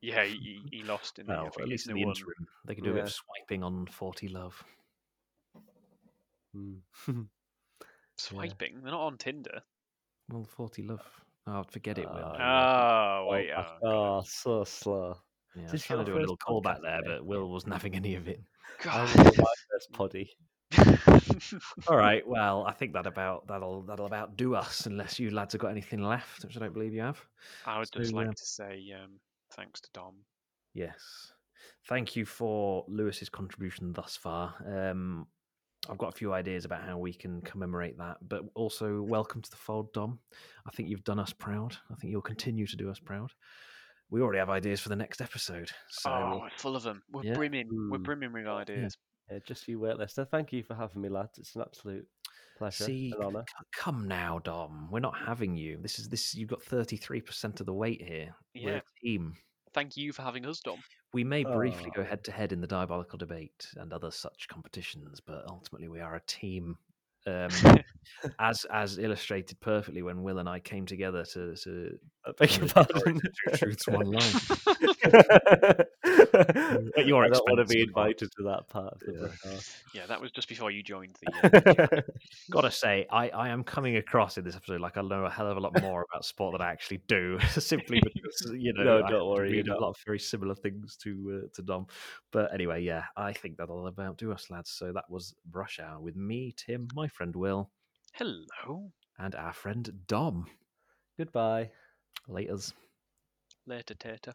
S4: Yeah, he, he he lost in the, I
S3: Well,
S4: think
S3: at least in
S4: Isner
S3: the
S4: won.
S3: interim, they can do a bit of
S2: Yeah.
S3: swiping on 40 Love.
S2: Hmm.
S4: swiping. They're not on Tinder.
S3: Well, 40 Love. Oh, forget it. Will.
S2: Oh,
S4: Oh, wait.
S2: oh, my
S4: Oh, God.
S2: God, so slow.
S3: Yeah, I was
S2: This is
S3: trying to
S2: your
S3: do a little
S2: first
S3: callback
S2: podcast
S3: there,
S2: today.
S3: but Will wasn't having any of it.
S2: I
S4: God.
S2: remember my first poddy.
S3: All right, well, I think that about that'll that'll about do us, unless you lads have got anything left, which I don't believe you have.
S4: I would
S3: So,
S4: just like
S3: uh,
S4: to say um, thanks to Dom.
S3: Yes, thank you for Lewis's contribution thus far. Um, I've got a few ideas about how we can commemorate that, but also welcome to the fold, Dom. I think you've done us proud. I think you'll continue to do us proud. We already have ideas for the next episode, so
S4: oh, we're full of them. We're
S3: yeah.
S4: brimming. We're
S2: Mm.
S4: brimming with ideas.
S2: Yeah, just you wait, Lester. Thank you for having me, lads. It's an absolute pleasure
S3: See,
S2: and honour.
S3: c- come now, Dom. We're not having you. This is this. You've got thirty three percent of the weight here. We're
S4: Yeah.
S3: a team.
S4: Thank you for having us, Dom.
S3: We may briefly go
S2: Oh.
S3: head to head in the diabolical debate and other such competitions, but ultimately we are a team. Um, as as illustrated perfectly when Will and I came together to, to
S2: I beg your
S3: your
S2: pardon.
S3: two truths one lie.
S2: At
S3: your
S2: I don't want to
S3: expense,
S2: be
S3: of course.
S2: invited to that part of the
S3: Yeah.
S2: podcast.
S4: yeah, that was just before you joined the. Uh,
S3: Gotta say, I, I am coming across in this episode like I know a hell of a lot more about sport than I actually do, simply because you know
S2: No,
S3: I
S2: don't
S3: have to
S2: worry, you're
S3: read a
S2: not.
S3: lot of very similar things to uh, to Dom. But anyway, yeah, I think that'll about do us, lads. So that was Brush Hour with me, Tim, my friend Will,
S4: hello.
S3: and our friend Dom.
S2: Goodbye.
S3: Laters.
S4: Later, Tater.